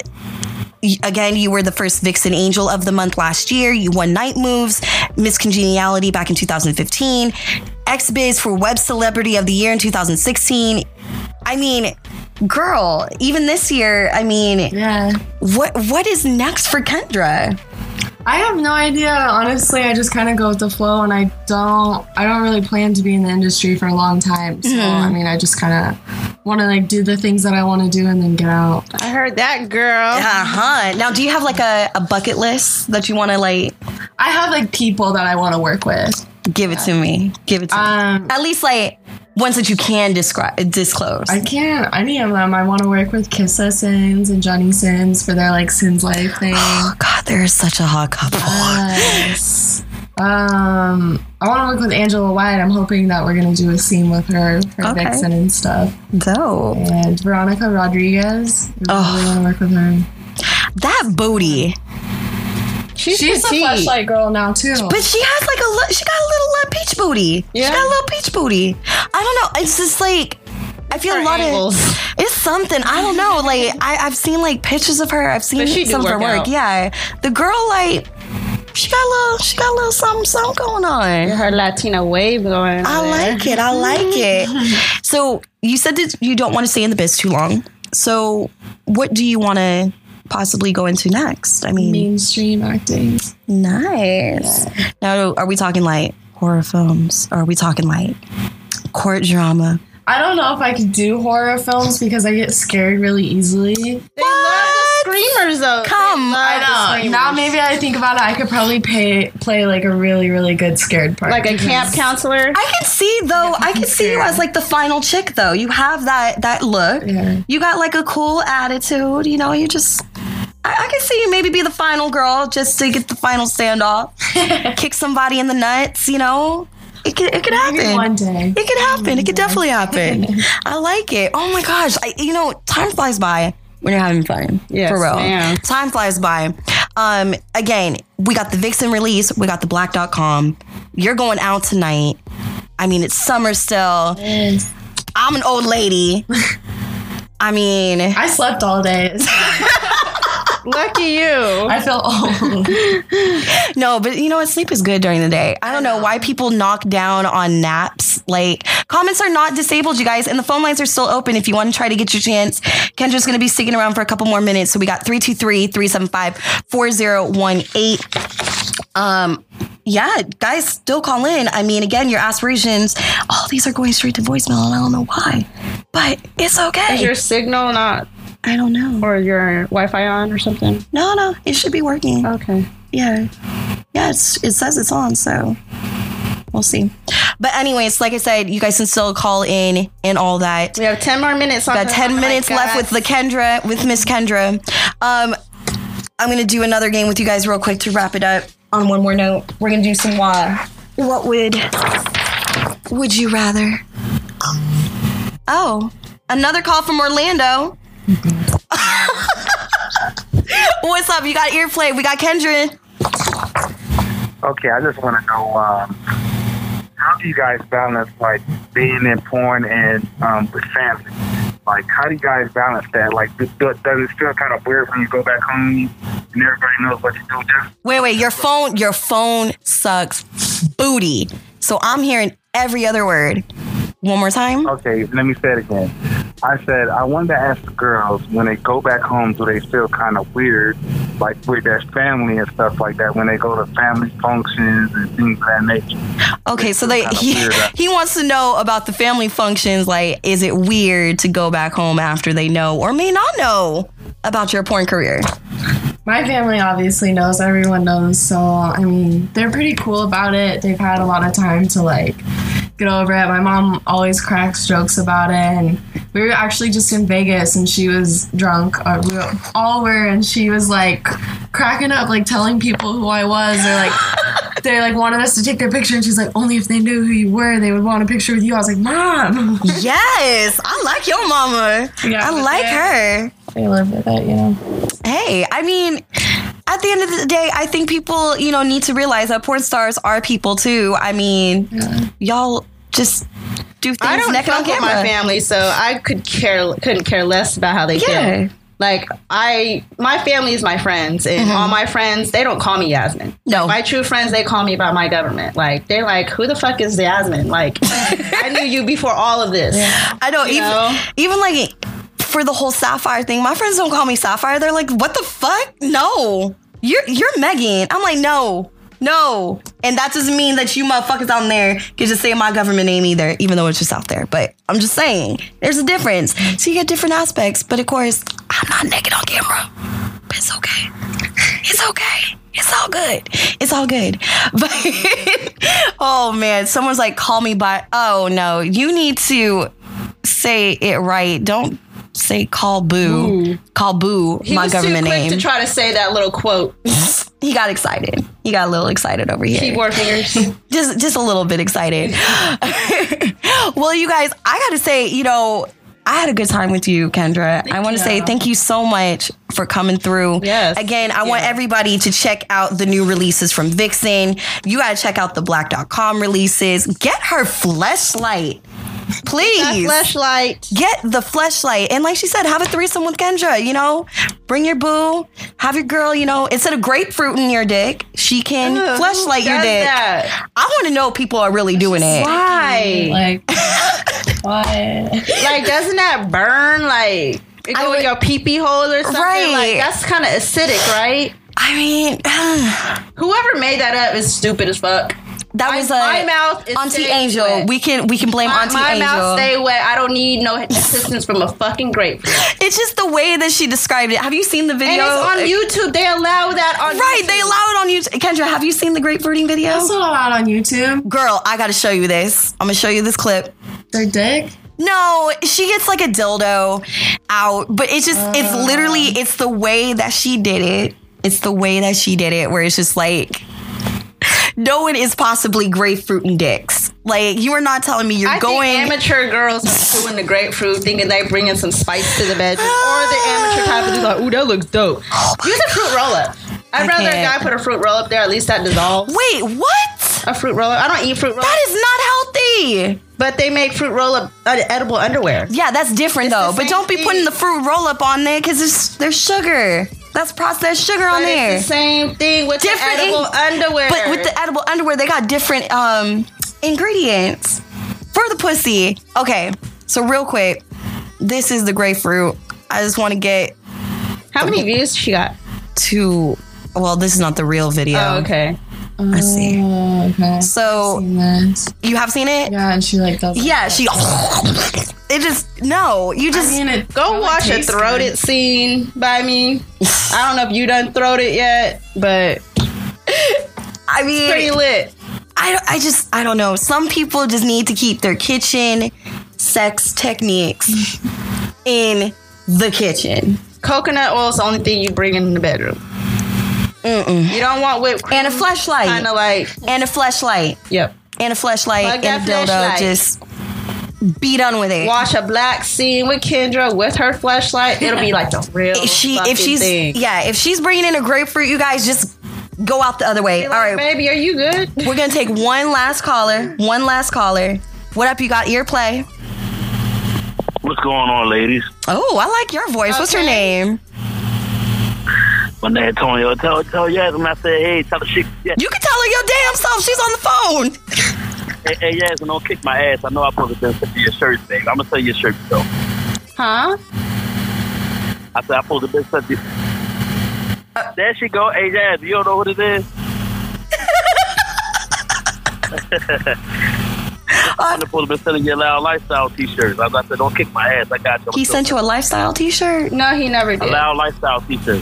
[SPEAKER 1] y- Again, you were the first Vixen Angel of the month last year. You won Night Moves, Miss Congeniality back in 2015, XBiz for Web Celebrity of the Year in 2016. I mean, girl, even this year, I mean,
[SPEAKER 3] Yeah.
[SPEAKER 1] what what is next for Kendra?
[SPEAKER 3] I have no idea. Honestly, I just kind of go with the flow, and I don't. I don't really plan to be in the industry for a long time. So I mean, I just kind of want to like do the things that I want to do, and then get out.
[SPEAKER 2] I heard that, girl.
[SPEAKER 1] Uh-huh. Now do you have like a, a bucket list that you wanna like
[SPEAKER 3] I have like people that I want to work with.
[SPEAKER 1] give it to me? Give it to
[SPEAKER 3] Um,
[SPEAKER 1] me. At least like ones that you can describe disclose.
[SPEAKER 3] I can't any of them. I want to work with Kissa Sins and Johnny Sins for their like Sins Life thing.
[SPEAKER 1] oh god, there is such a hot couple.
[SPEAKER 3] Yes. Um, I want to work with Angela White. I'm hoping that we're gonna do a scene with her for
[SPEAKER 1] Okay.
[SPEAKER 3] Vixen and stuff.
[SPEAKER 1] Uh, Dope.
[SPEAKER 3] And Veronica Rodriguez. I really want to work with her.
[SPEAKER 1] That booty.
[SPEAKER 2] She's,
[SPEAKER 3] She's a
[SPEAKER 2] petite.
[SPEAKER 3] flashlight girl now too.
[SPEAKER 1] But she has like a li- she got a little uh, peach booty. She
[SPEAKER 2] Yeah.
[SPEAKER 1] got a little peach booty. I don't know. It's just like I feel a
[SPEAKER 2] Her
[SPEAKER 1] lot
[SPEAKER 2] angles.
[SPEAKER 1] of it's something. I don't know. Like I, I've seen like pictures of her. I've seen
[SPEAKER 2] But she do
[SPEAKER 1] some of her
[SPEAKER 2] work
[SPEAKER 1] work.
[SPEAKER 2] out.
[SPEAKER 1] Yeah, the girl like she got a little she got a little something something going on.
[SPEAKER 2] Her Latina wave going.
[SPEAKER 1] I like it. I like it. So you said that you don't want to stay in the biz too long. So what do you want to possibly go into next? I mean,
[SPEAKER 3] mainstream acting.
[SPEAKER 1] nice. Now, are we talking like horror films? Or are we talking like court drama?
[SPEAKER 3] I don't know if I could do horror films because I get scared really easily.
[SPEAKER 2] They love the screamers though.
[SPEAKER 1] Come,
[SPEAKER 2] They
[SPEAKER 1] I
[SPEAKER 2] love the screamers.
[SPEAKER 3] Now maybe I think about it, I could probably pay, play like a really really good scared part.
[SPEAKER 2] like a camp counselor.
[SPEAKER 1] I can see though. I can see you as like the final chick though. You have that that look.
[SPEAKER 3] Yeah.
[SPEAKER 1] You got like a cool attitude. You know. You just. I, I can see you maybe be the final girl just to get the final standoff, kick somebody in the nuts. You know. It could it could
[SPEAKER 3] Maybe
[SPEAKER 1] happen.
[SPEAKER 3] one day.
[SPEAKER 1] It could happen. It could definitely happen. I like it. Oh my gosh. I, you know, time flies by when you're having fun.
[SPEAKER 2] Yes,
[SPEAKER 1] for real.
[SPEAKER 2] ma'am.
[SPEAKER 1] Time flies by. Um, again, we got the Vixen release, we got the black.com. You're going out tonight. I mean, it's summer still. I'm an old lady. I mean,
[SPEAKER 3] I slept all day.
[SPEAKER 2] Lucky you.
[SPEAKER 3] I feel old.
[SPEAKER 1] no, but you know what? Sleep is good during the day. I don't know why people knock down on naps. Like, comments are not disabled, you guys, and the phone lines are still open if you want to try to get your chance. Kendra's going to be sticking around for a couple more minutes. So we got 323 375 4018. Um, yeah, guys, still call in. I mean, again, your aspirations, all these are going straight to voicemail, and I don't know why, but it's okay.
[SPEAKER 2] Is your signal not
[SPEAKER 1] I don't know.
[SPEAKER 2] or your Wi-Fi on or something?
[SPEAKER 1] No, no, it should be working.
[SPEAKER 2] Okay.
[SPEAKER 1] yeah yeah it's, it says it's on so we'll see but anyways like i said you guys can still call in and all that
[SPEAKER 2] We have ten more minutes.
[SPEAKER 1] got 10 minutes left with the kendra with miss kendra um i'm gonna do another game with you guys real quick to wrap it up on one more note we're gonna do some why what would would you rather oh another call from orlando what's up you got earplay we got kendra
[SPEAKER 5] Okay, I just want to know um, how do you guys balance like being in porn and um, with family? Like, how do you guys balance that? Like, do, do, does it feel kind of weird when you go back home and everybody knows what you do? Just
[SPEAKER 1] Wait, wait, your phone, your phone sucks booty. So I'm hearing every other word. One more time.
[SPEAKER 5] okay. Let me say it again. I said, I wanted to ask girls when they go back home, do they feel kind of weird, like with their family and stuff like that, when they go to family functions and things of that nature?
[SPEAKER 1] Okay, so they
[SPEAKER 5] Kinda
[SPEAKER 1] he,
[SPEAKER 5] weird, uh, huh?
[SPEAKER 1] he wants to know about the family functions. Like, is it weird to go back home after they know or may not know about your porn career?
[SPEAKER 3] My family obviously knows, everyone knows, so I mean, they're pretty cool about it. They've had a lot of time to like get over it. My mom always cracks jokes about it, and we were actually just in Vegas and she was drunk. Uh, we were- all were, and she was like cracking up, like telling people who I was. They're like, they like wanted us to take their picture, and she's like, only if they knew who you were, they would want a picture with you. I was like, Mom,
[SPEAKER 1] Yes, I like your mama.
[SPEAKER 3] Yeah.
[SPEAKER 1] I like her.
[SPEAKER 3] they live with it, you know.
[SPEAKER 1] Hey, I mean, at the end of the day, I think people, you know, need to realize that porn stars are people too. I mean, y'all just do things
[SPEAKER 2] I don't
[SPEAKER 1] naked on
[SPEAKER 2] fuck with
[SPEAKER 1] camera.
[SPEAKER 2] my family, so I could care couldn't care less about how they
[SPEAKER 1] Yeah.
[SPEAKER 2] feel. Like I, my family is my friends, and all my friends they don't call me Yasmin.
[SPEAKER 1] Mm-hmm. No.
[SPEAKER 2] my true friends they call me by my government. Like they're like, who the fuck is Yasmin? Like I knew you before all of this.
[SPEAKER 1] I know, even
[SPEAKER 2] know?
[SPEAKER 1] even like for the whole sapphire thing, my friends don't call me sapphire. They're like, "What the fuck? No, you're you're Megan." I'm like, "No, no," and that doesn't mean that you motherfuckers out there can just say my government name either, even though it's just out there. But I'm just saying, there's a difference. So you get different aspects, but of course, I'm not naked on camera. But it's okay. It's okay. It's all good. It's all good. But oh man, someone's like, call me by. Oh no, you need to say it right. Don't say call boo. Call boo.
[SPEAKER 2] He
[SPEAKER 1] my
[SPEAKER 2] was
[SPEAKER 1] government
[SPEAKER 2] too quick
[SPEAKER 1] name.
[SPEAKER 2] to try to say that little quote.
[SPEAKER 1] he got excited. He got a little excited over here
[SPEAKER 2] Keyboard fingers.
[SPEAKER 1] just just a little bit excited. well, you guys, I got to say, you know, I had a good time with you, Kendra. I want to say thank you so much for coming through.
[SPEAKER 2] Yes.
[SPEAKER 1] Again, I want everybody to check out the new releases from Vixen. You got to check out the black.com releases. Get her fleshlight. Please
[SPEAKER 2] Flashlight.
[SPEAKER 1] get the fleshlight. And like she said, have a threesome with Kendra, you know? Bring your boo, have your girl, you know, instead of grapefruit in your dick, she can fleshlight your
[SPEAKER 2] does
[SPEAKER 1] dick.
[SPEAKER 2] that?
[SPEAKER 1] I want to know if people are really doing it.
[SPEAKER 2] Why?
[SPEAKER 3] Like, what?
[SPEAKER 2] like doesn't that burn like it go in your pee pee hole or something?
[SPEAKER 1] Right.
[SPEAKER 2] Like that's kind of acidic, right?
[SPEAKER 1] I mean, that
[SPEAKER 2] Whoever made that up is stupid as fuck.
[SPEAKER 1] was a
[SPEAKER 2] my mouth is
[SPEAKER 1] Auntie
[SPEAKER 2] staying
[SPEAKER 1] Angel.
[SPEAKER 2] wet.
[SPEAKER 1] We can we can blame
[SPEAKER 2] My,
[SPEAKER 1] Auntie
[SPEAKER 2] my
[SPEAKER 1] Angel.
[SPEAKER 2] mouth stay wet. I don't need no assistance from a fucking grapefruit.
[SPEAKER 1] it's just the way that she described it. Have you seen the
[SPEAKER 2] And
[SPEAKER 1] video?
[SPEAKER 2] it's on YouTube. They allow that on
[SPEAKER 1] Right,
[SPEAKER 2] YouTube.
[SPEAKER 1] they allow it on YouTube. Kendra, have you seen the grapefruiting video?
[SPEAKER 3] That's not allowed on YouTube.
[SPEAKER 1] Girl, I gotta show you this. I'm gonna show you this clip.
[SPEAKER 3] Their dick.
[SPEAKER 1] No, she gets like a dildo out, but it's just it's literally
[SPEAKER 2] Uh.
[SPEAKER 1] it's the way that she did it. It's the way that she did it where it's just like no one is possibly grapefruit and dicks. Like you are not telling me you're
[SPEAKER 2] I
[SPEAKER 1] going
[SPEAKER 2] think amateur girls are doing the grapefruit, thinking they bringing some spice to the bedroom, or the amateur type of dude like, "Ooh, that looks dope." Use a fruit roll up. I'd
[SPEAKER 1] I
[SPEAKER 2] rather a guy
[SPEAKER 1] can't.
[SPEAKER 2] put a fruit roll up there. At least that dissolves.
[SPEAKER 1] Wait, what?
[SPEAKER 2] A fruit roll up. I don't eat fruit roll,
[SPEAKER 1] That is not healthy.
[SPEAKER 2] but they make fruit roll up uh, edible underwear.
[SPEAKER 1] Yeah, that's different
[SPEAKER 2] the
[SPEAKER 1] though. But
[SPEAKER 2] same
[SPEAKER 1] don't be
[SPEAKER 2] thing.
[SPEAKER 1] putting the fruit roll up on there cuz there's there's sugar. That's processed sugar on
[SPEAKER 2] But
[SPEAKER 1] there.
[SPEAKER 2] it's the same thing with
[SPEAKER 1] Different
[SPEAKER 2] the edible
[SPEAKER 1] ink-
[SPEAKER 2] underwear.
[SPEAKER 1] But with the edible underwear, they got different um ingredients for the pussy. Okay, so real quick, this is the grapefruit. I just want to get
[SPEAKER 2] how many views she got?
[SPEAKER 1] to. Well, this is not the real video.
[SPEAKER 2] Oh, okay.
[SPEAKER 1] I see.
[SPEAKER 3] Oh, okay.
[SPEAKER 1] So
[SPEAKER 3] Seen this.
[SPEAKER 1] you have seen it?
[SPEAKER 3] Yeah, and she like does. it.
[SPEAKER 1] Yeah. She. It just no. You
[SPEAKER 3] I
[SPEAKER 1] just
[SPEAKER 3] mean, it
[SPEAKER 2] Go
[SPEAKER 3] kinda
[SPEAKER 2] watch a
[SPEAKER 3] tastes good.
[SPEAKER 2] throated scene by me. I don't know if you done throated yet, but
[SPEAKER 1] I mean.
[SPEAKER 2] pretty lit.
[SPEAKER 1] I, I just I don't know. Some people just need to keep their kitchen sex techniques in the kitchen.
[SPEAKER 2] Coconut oil is the only thing you bring in the bedroom. You don't want whipped cream.
[SPEAKER 1] And a flashlight.
[SPEAKER 2] Kind of like,
[SPEAKER 1] and a flashlight
[SPEAKER 2] yep.
[SPEAKER 1] and a flashlight
[SPEAKER 2] Plug
[SPEAKER 1] and a dildo
[SPEAKER 2] that fleshlight.
[SPEAKER 1] just be done with it
[SPEAKER 2] Watch a black scene with Kendra with her flashlight. It'll be like the real
[SPEAKER 1] if she
[SPEAKER 2] fucking
[SPEAKER 1] if she's
[SPEAKER 2] thing.
[SPEAKER 1] yeah if she's bringing in a grapefruit you guys just go out the other way
[SPEAKER 2] Be
[SPEAKER 1] all right
[SPEAKER 2] like, baby, are you good?
[SPEAKER 1] we're gonna take one last caller one last caller what up you got ear play
[SPEAKER 9] What's going on, ladies?
[SPEAKER 1] oh i like your voice what's your name
[SPEAKER 9] My name Antonio. Tell tell Yasmin I said, hey, tell the shit. Yeah,
[SPEAKER 1] you can tell her your damn self she's on the phone
[SPEAKER 9] hey, hey Yasmin, don't kick my ass. I know I posted this to be your shirt thing. I'm gonna tell you your shirt though.
[SPEAKER 2] Huh?
[SPEAKER 9] I said I pulled the best up.
[SPEAKER 1] Uh,
[SPEAKER 9] there she go, hey Jazz. You don't know what it is.
[SPEAKER 1] Uh,
[SPEAKER 9] I'm gonna pull the best selling your loud lifestyle T-shirts. I said, don't kick my ass. I got you.
[SPEAKER 1] He sent you a lifestyle T-shirt.
[SPEAKER 2] No, he never
[SPEAKER 9] a
[SPEAKER 2] did.
[SPEAKER 9] loud lifestyle T-shirt.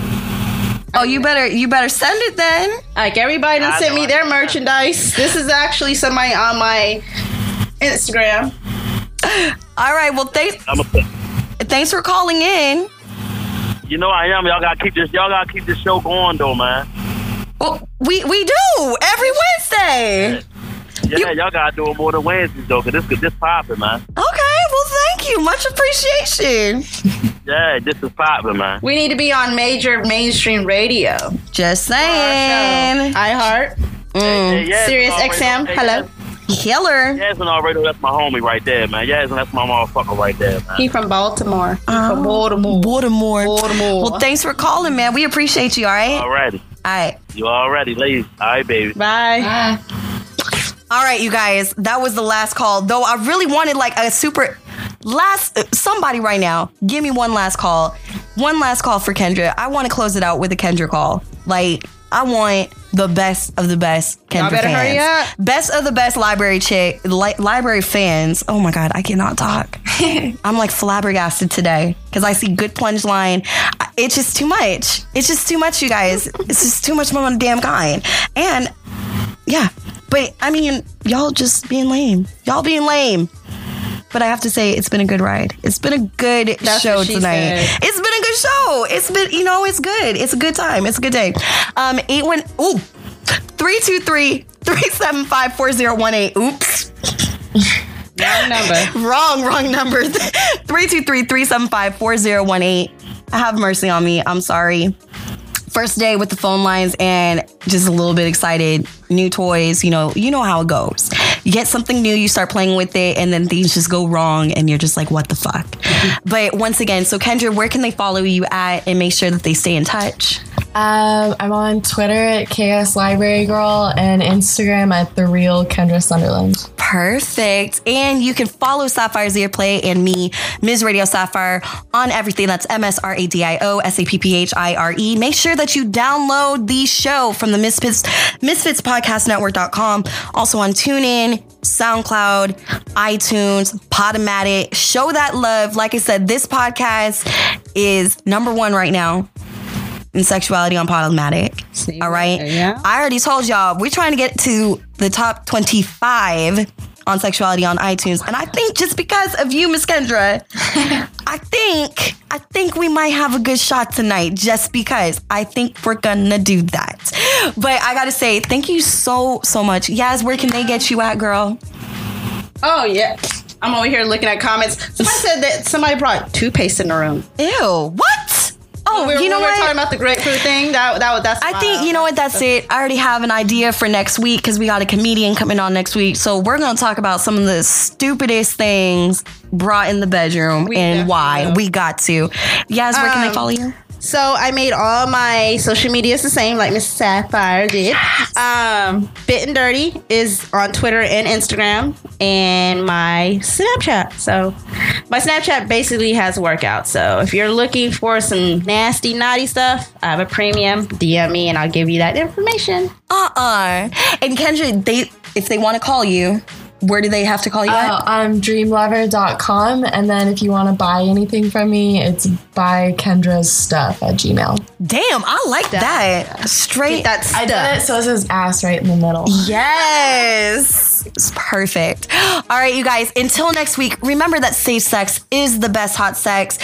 [SPEAKER 1] Oh, you better you better send it then.
[SPEAKER 2] Like everybody done
[SPEAKER 9] I
[SPEAKER 2] sent
[SPEAKER 9] know,
[SPEAKER 2] me
[SPEAKER 9] I
[SPEAKER 2] their
[SPEAKER 9] know.
[SPEAKER 2] merchandise. This is actually somebody on my Instagram.
[SPEAKER 1] All right. Well, thanks
[SPEAKER 9] I'm a,
[SPEAKER 1] thanks for calling in.
[SPEAKER 9] you know I am. Y'all gotta keep this. Y'all gotta keep this show going though, man.
[SPEAKER 1] Well, we we do every Wednesday.
[SPEAKER 9] Yeah, y'all gotta do it more than Wednesdays though, 'cause this could this popping, man.
[SPEAKER 1] Okay. Well, thank you. Much appreciation.
[SPEAKER 9] Yeah, this is popping, man.
[SPEAKER 2] We need to be on major mainstream radio.
[SPEAKER 1] Just
[SPEAKER 2] Our
[SPEAKER 1] saying.
[SPEAKER 2] show. iHeart.
[SPEAKER 1] Mm.
[SPEAKER 9] Hey, Yasmin
[SPEAKER 2] Sirius
[SPEAKER 9] already-
[SPEAKER 2] XM,
[SPEAKER 9] hey,
[SPEAKER 2] hello.
[SPEAKER 1] Killer.
[SPEAKER 9] Yasmin already, that's my homie right there, man. Yasmin, that's my motherfucker right there, man.
[SPEAKER 2] He from Baltimore. He from Baltimore.
[SPEAKER 1] Baltimore.
[SPEAKER 2] Baltimore.
[SPEAKER 1] Well, thanks for calling, man. We appreciate you. All right. All
[SPEAKER 9] Alrighty.
[SPEAKER 1] right.
[SPEAKER 9] You already, ladies. All right, baby.
[SPEAKER 2] Bye.
[SPEAKER 1] All right, you guys, that was the last call. Though I really wanted like a super last uh, somebody right now. Give me one last call. One last call for Kendra. I want to close it out with a Kendra call. Like I want the best of the best Kendra
[SPEAKER 2] better
[SPEAKER 1] fans.
[SPEAKER 2] hurry up.
[SPEAKER 1] Best of the best library chick li- library fans. Oh my god, I cannot talk. I'm like flabbergasted today because I see good plunge line. I- It's just too much. It's just too much, you guys. It's just too much of my damn kind. And yeah. But I mean, y'all just being lame. Y'all being lame. But I have to say, it's been a good ride. It's been a good
[SPEAKER 2] That's
[SPEAKER 1] show
[SPEAKER 2] what she
[SPEAKER 1] tonight.
[SPEAKER 2] said.
[SPEAKER 1] It's been a good show. It's been, you know, it's good. It's a good time. It's a good day. Um, eight one ooh, three two three three seven five four zero one eight. Oops
[SPEAKER 2] Wrong number.
[SPEAKER 1] wrong, wrong number. 323-375-4018. Have mercy on me. I'm sorry. First day with the phone lines and just a little bit excited. New toys, you know, you know how it goes. You get something new, you start playing with it, and then things just go wrong, and you're just like, what the fuck? But once again, so Kendra, where can they follow you at and make sure that they stay in touch?
[SPEAKER 3] Um, I'm on Twitter at KS Library Girl and Instagram at the real Kendra Sunderland.
[SPEAKER 1] Perfect. And you can follow Sapphire's Ear Play and me, Ms. Radio Sapphire, on everything. That's M S R A D I O S A P P H I R E. Make sure that you download the show from the Misfits, Misfits Podcast Network.com. Also on TuneIn, SoundCloud, iTunes, Podomatic. Show that love. Like I said, this podcast is number one right now in sexuality on Podomatic.
[SPEAKER 2] See,
[SPEAKER 1] All right.
[SPEAKER 2] yeah.
[SPEAKER 1] I already told y'all we're trying to get to the top 25 on sexuality on iTunes. And I think just because of you, Miss Kendra, I think I think we might have a good shot tonight just because I think we're gonna do that. But I gotta say, thank you so, so much. Yaz, where can they get you at, girl?
[SPEAKER 2] Oh yeah. I'm over here looking at comments. Somebody said that somebody brought toothpaste in the room.
[SPEAKER 1] Ew, what? Oh,
[SPEAKER 2] We were,
[SPEAKER 1] you know
[SPEAKER 2] we were
[SPEAKER 1] what?
[SPEAKER 2] talking about the grapefruit thing. That that was that's.
[SPEAKER 1] I think you know what. That's it. I already have an idea for next week because we got a comedian coming on next week. So we're gonna talk about some of the stupidest things brought in the bedroom Um, and
[SPEAKER 2] definitely
[SPEAKER 1] why
[SPEAKER 2] will.
[SPEAKER 1] we got to. Yes, where can they
[SPEAKER 2] Um,
[SPEAKER 1] follow you?
[SPEAKER 2] So I made all my social medias the same, like Miss Sapphire did. Um, Bit and Dirty is on Twitter and Instagram, and my Snapchat. So my Snapchat basically has workouts. So if you're looking for some nasty, naughty stuff, I have a premium. DM me, and I'll give you that information.
[SPEAKER 1] Uh uh And Kendra, they if they want to call you, where do they have to call you at?
[SPEAKER 3] Uh, I'm dreamlover.com. And then if you want to buy anything from me, it's buy Kendra's stuff at Gmail.
[SPEAKER 1] Damn, I like that. Straight.
[SPEAKER 2] That's
[SPEAKER 3] I did it so it says ass right in the middle.
[SPEAKER 1] Yes. It's perfect. All right, you guys, until next week, remember that safe sex is the best hot sex.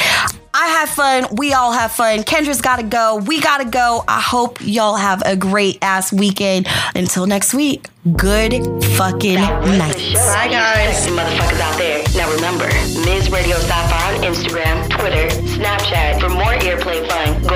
[SPEAKER 1] I have fun. We all have fun. Kendra's got to go. We got to go. I hope y'all have a great ass weekend. Until next week, good fucking night.
[SPEAKER 10] Bye, guys. motherfuckers out there. Now remember, Ms. Radio Sci-Fi on Instagram, Twitter, Snapchat for more earplay fun.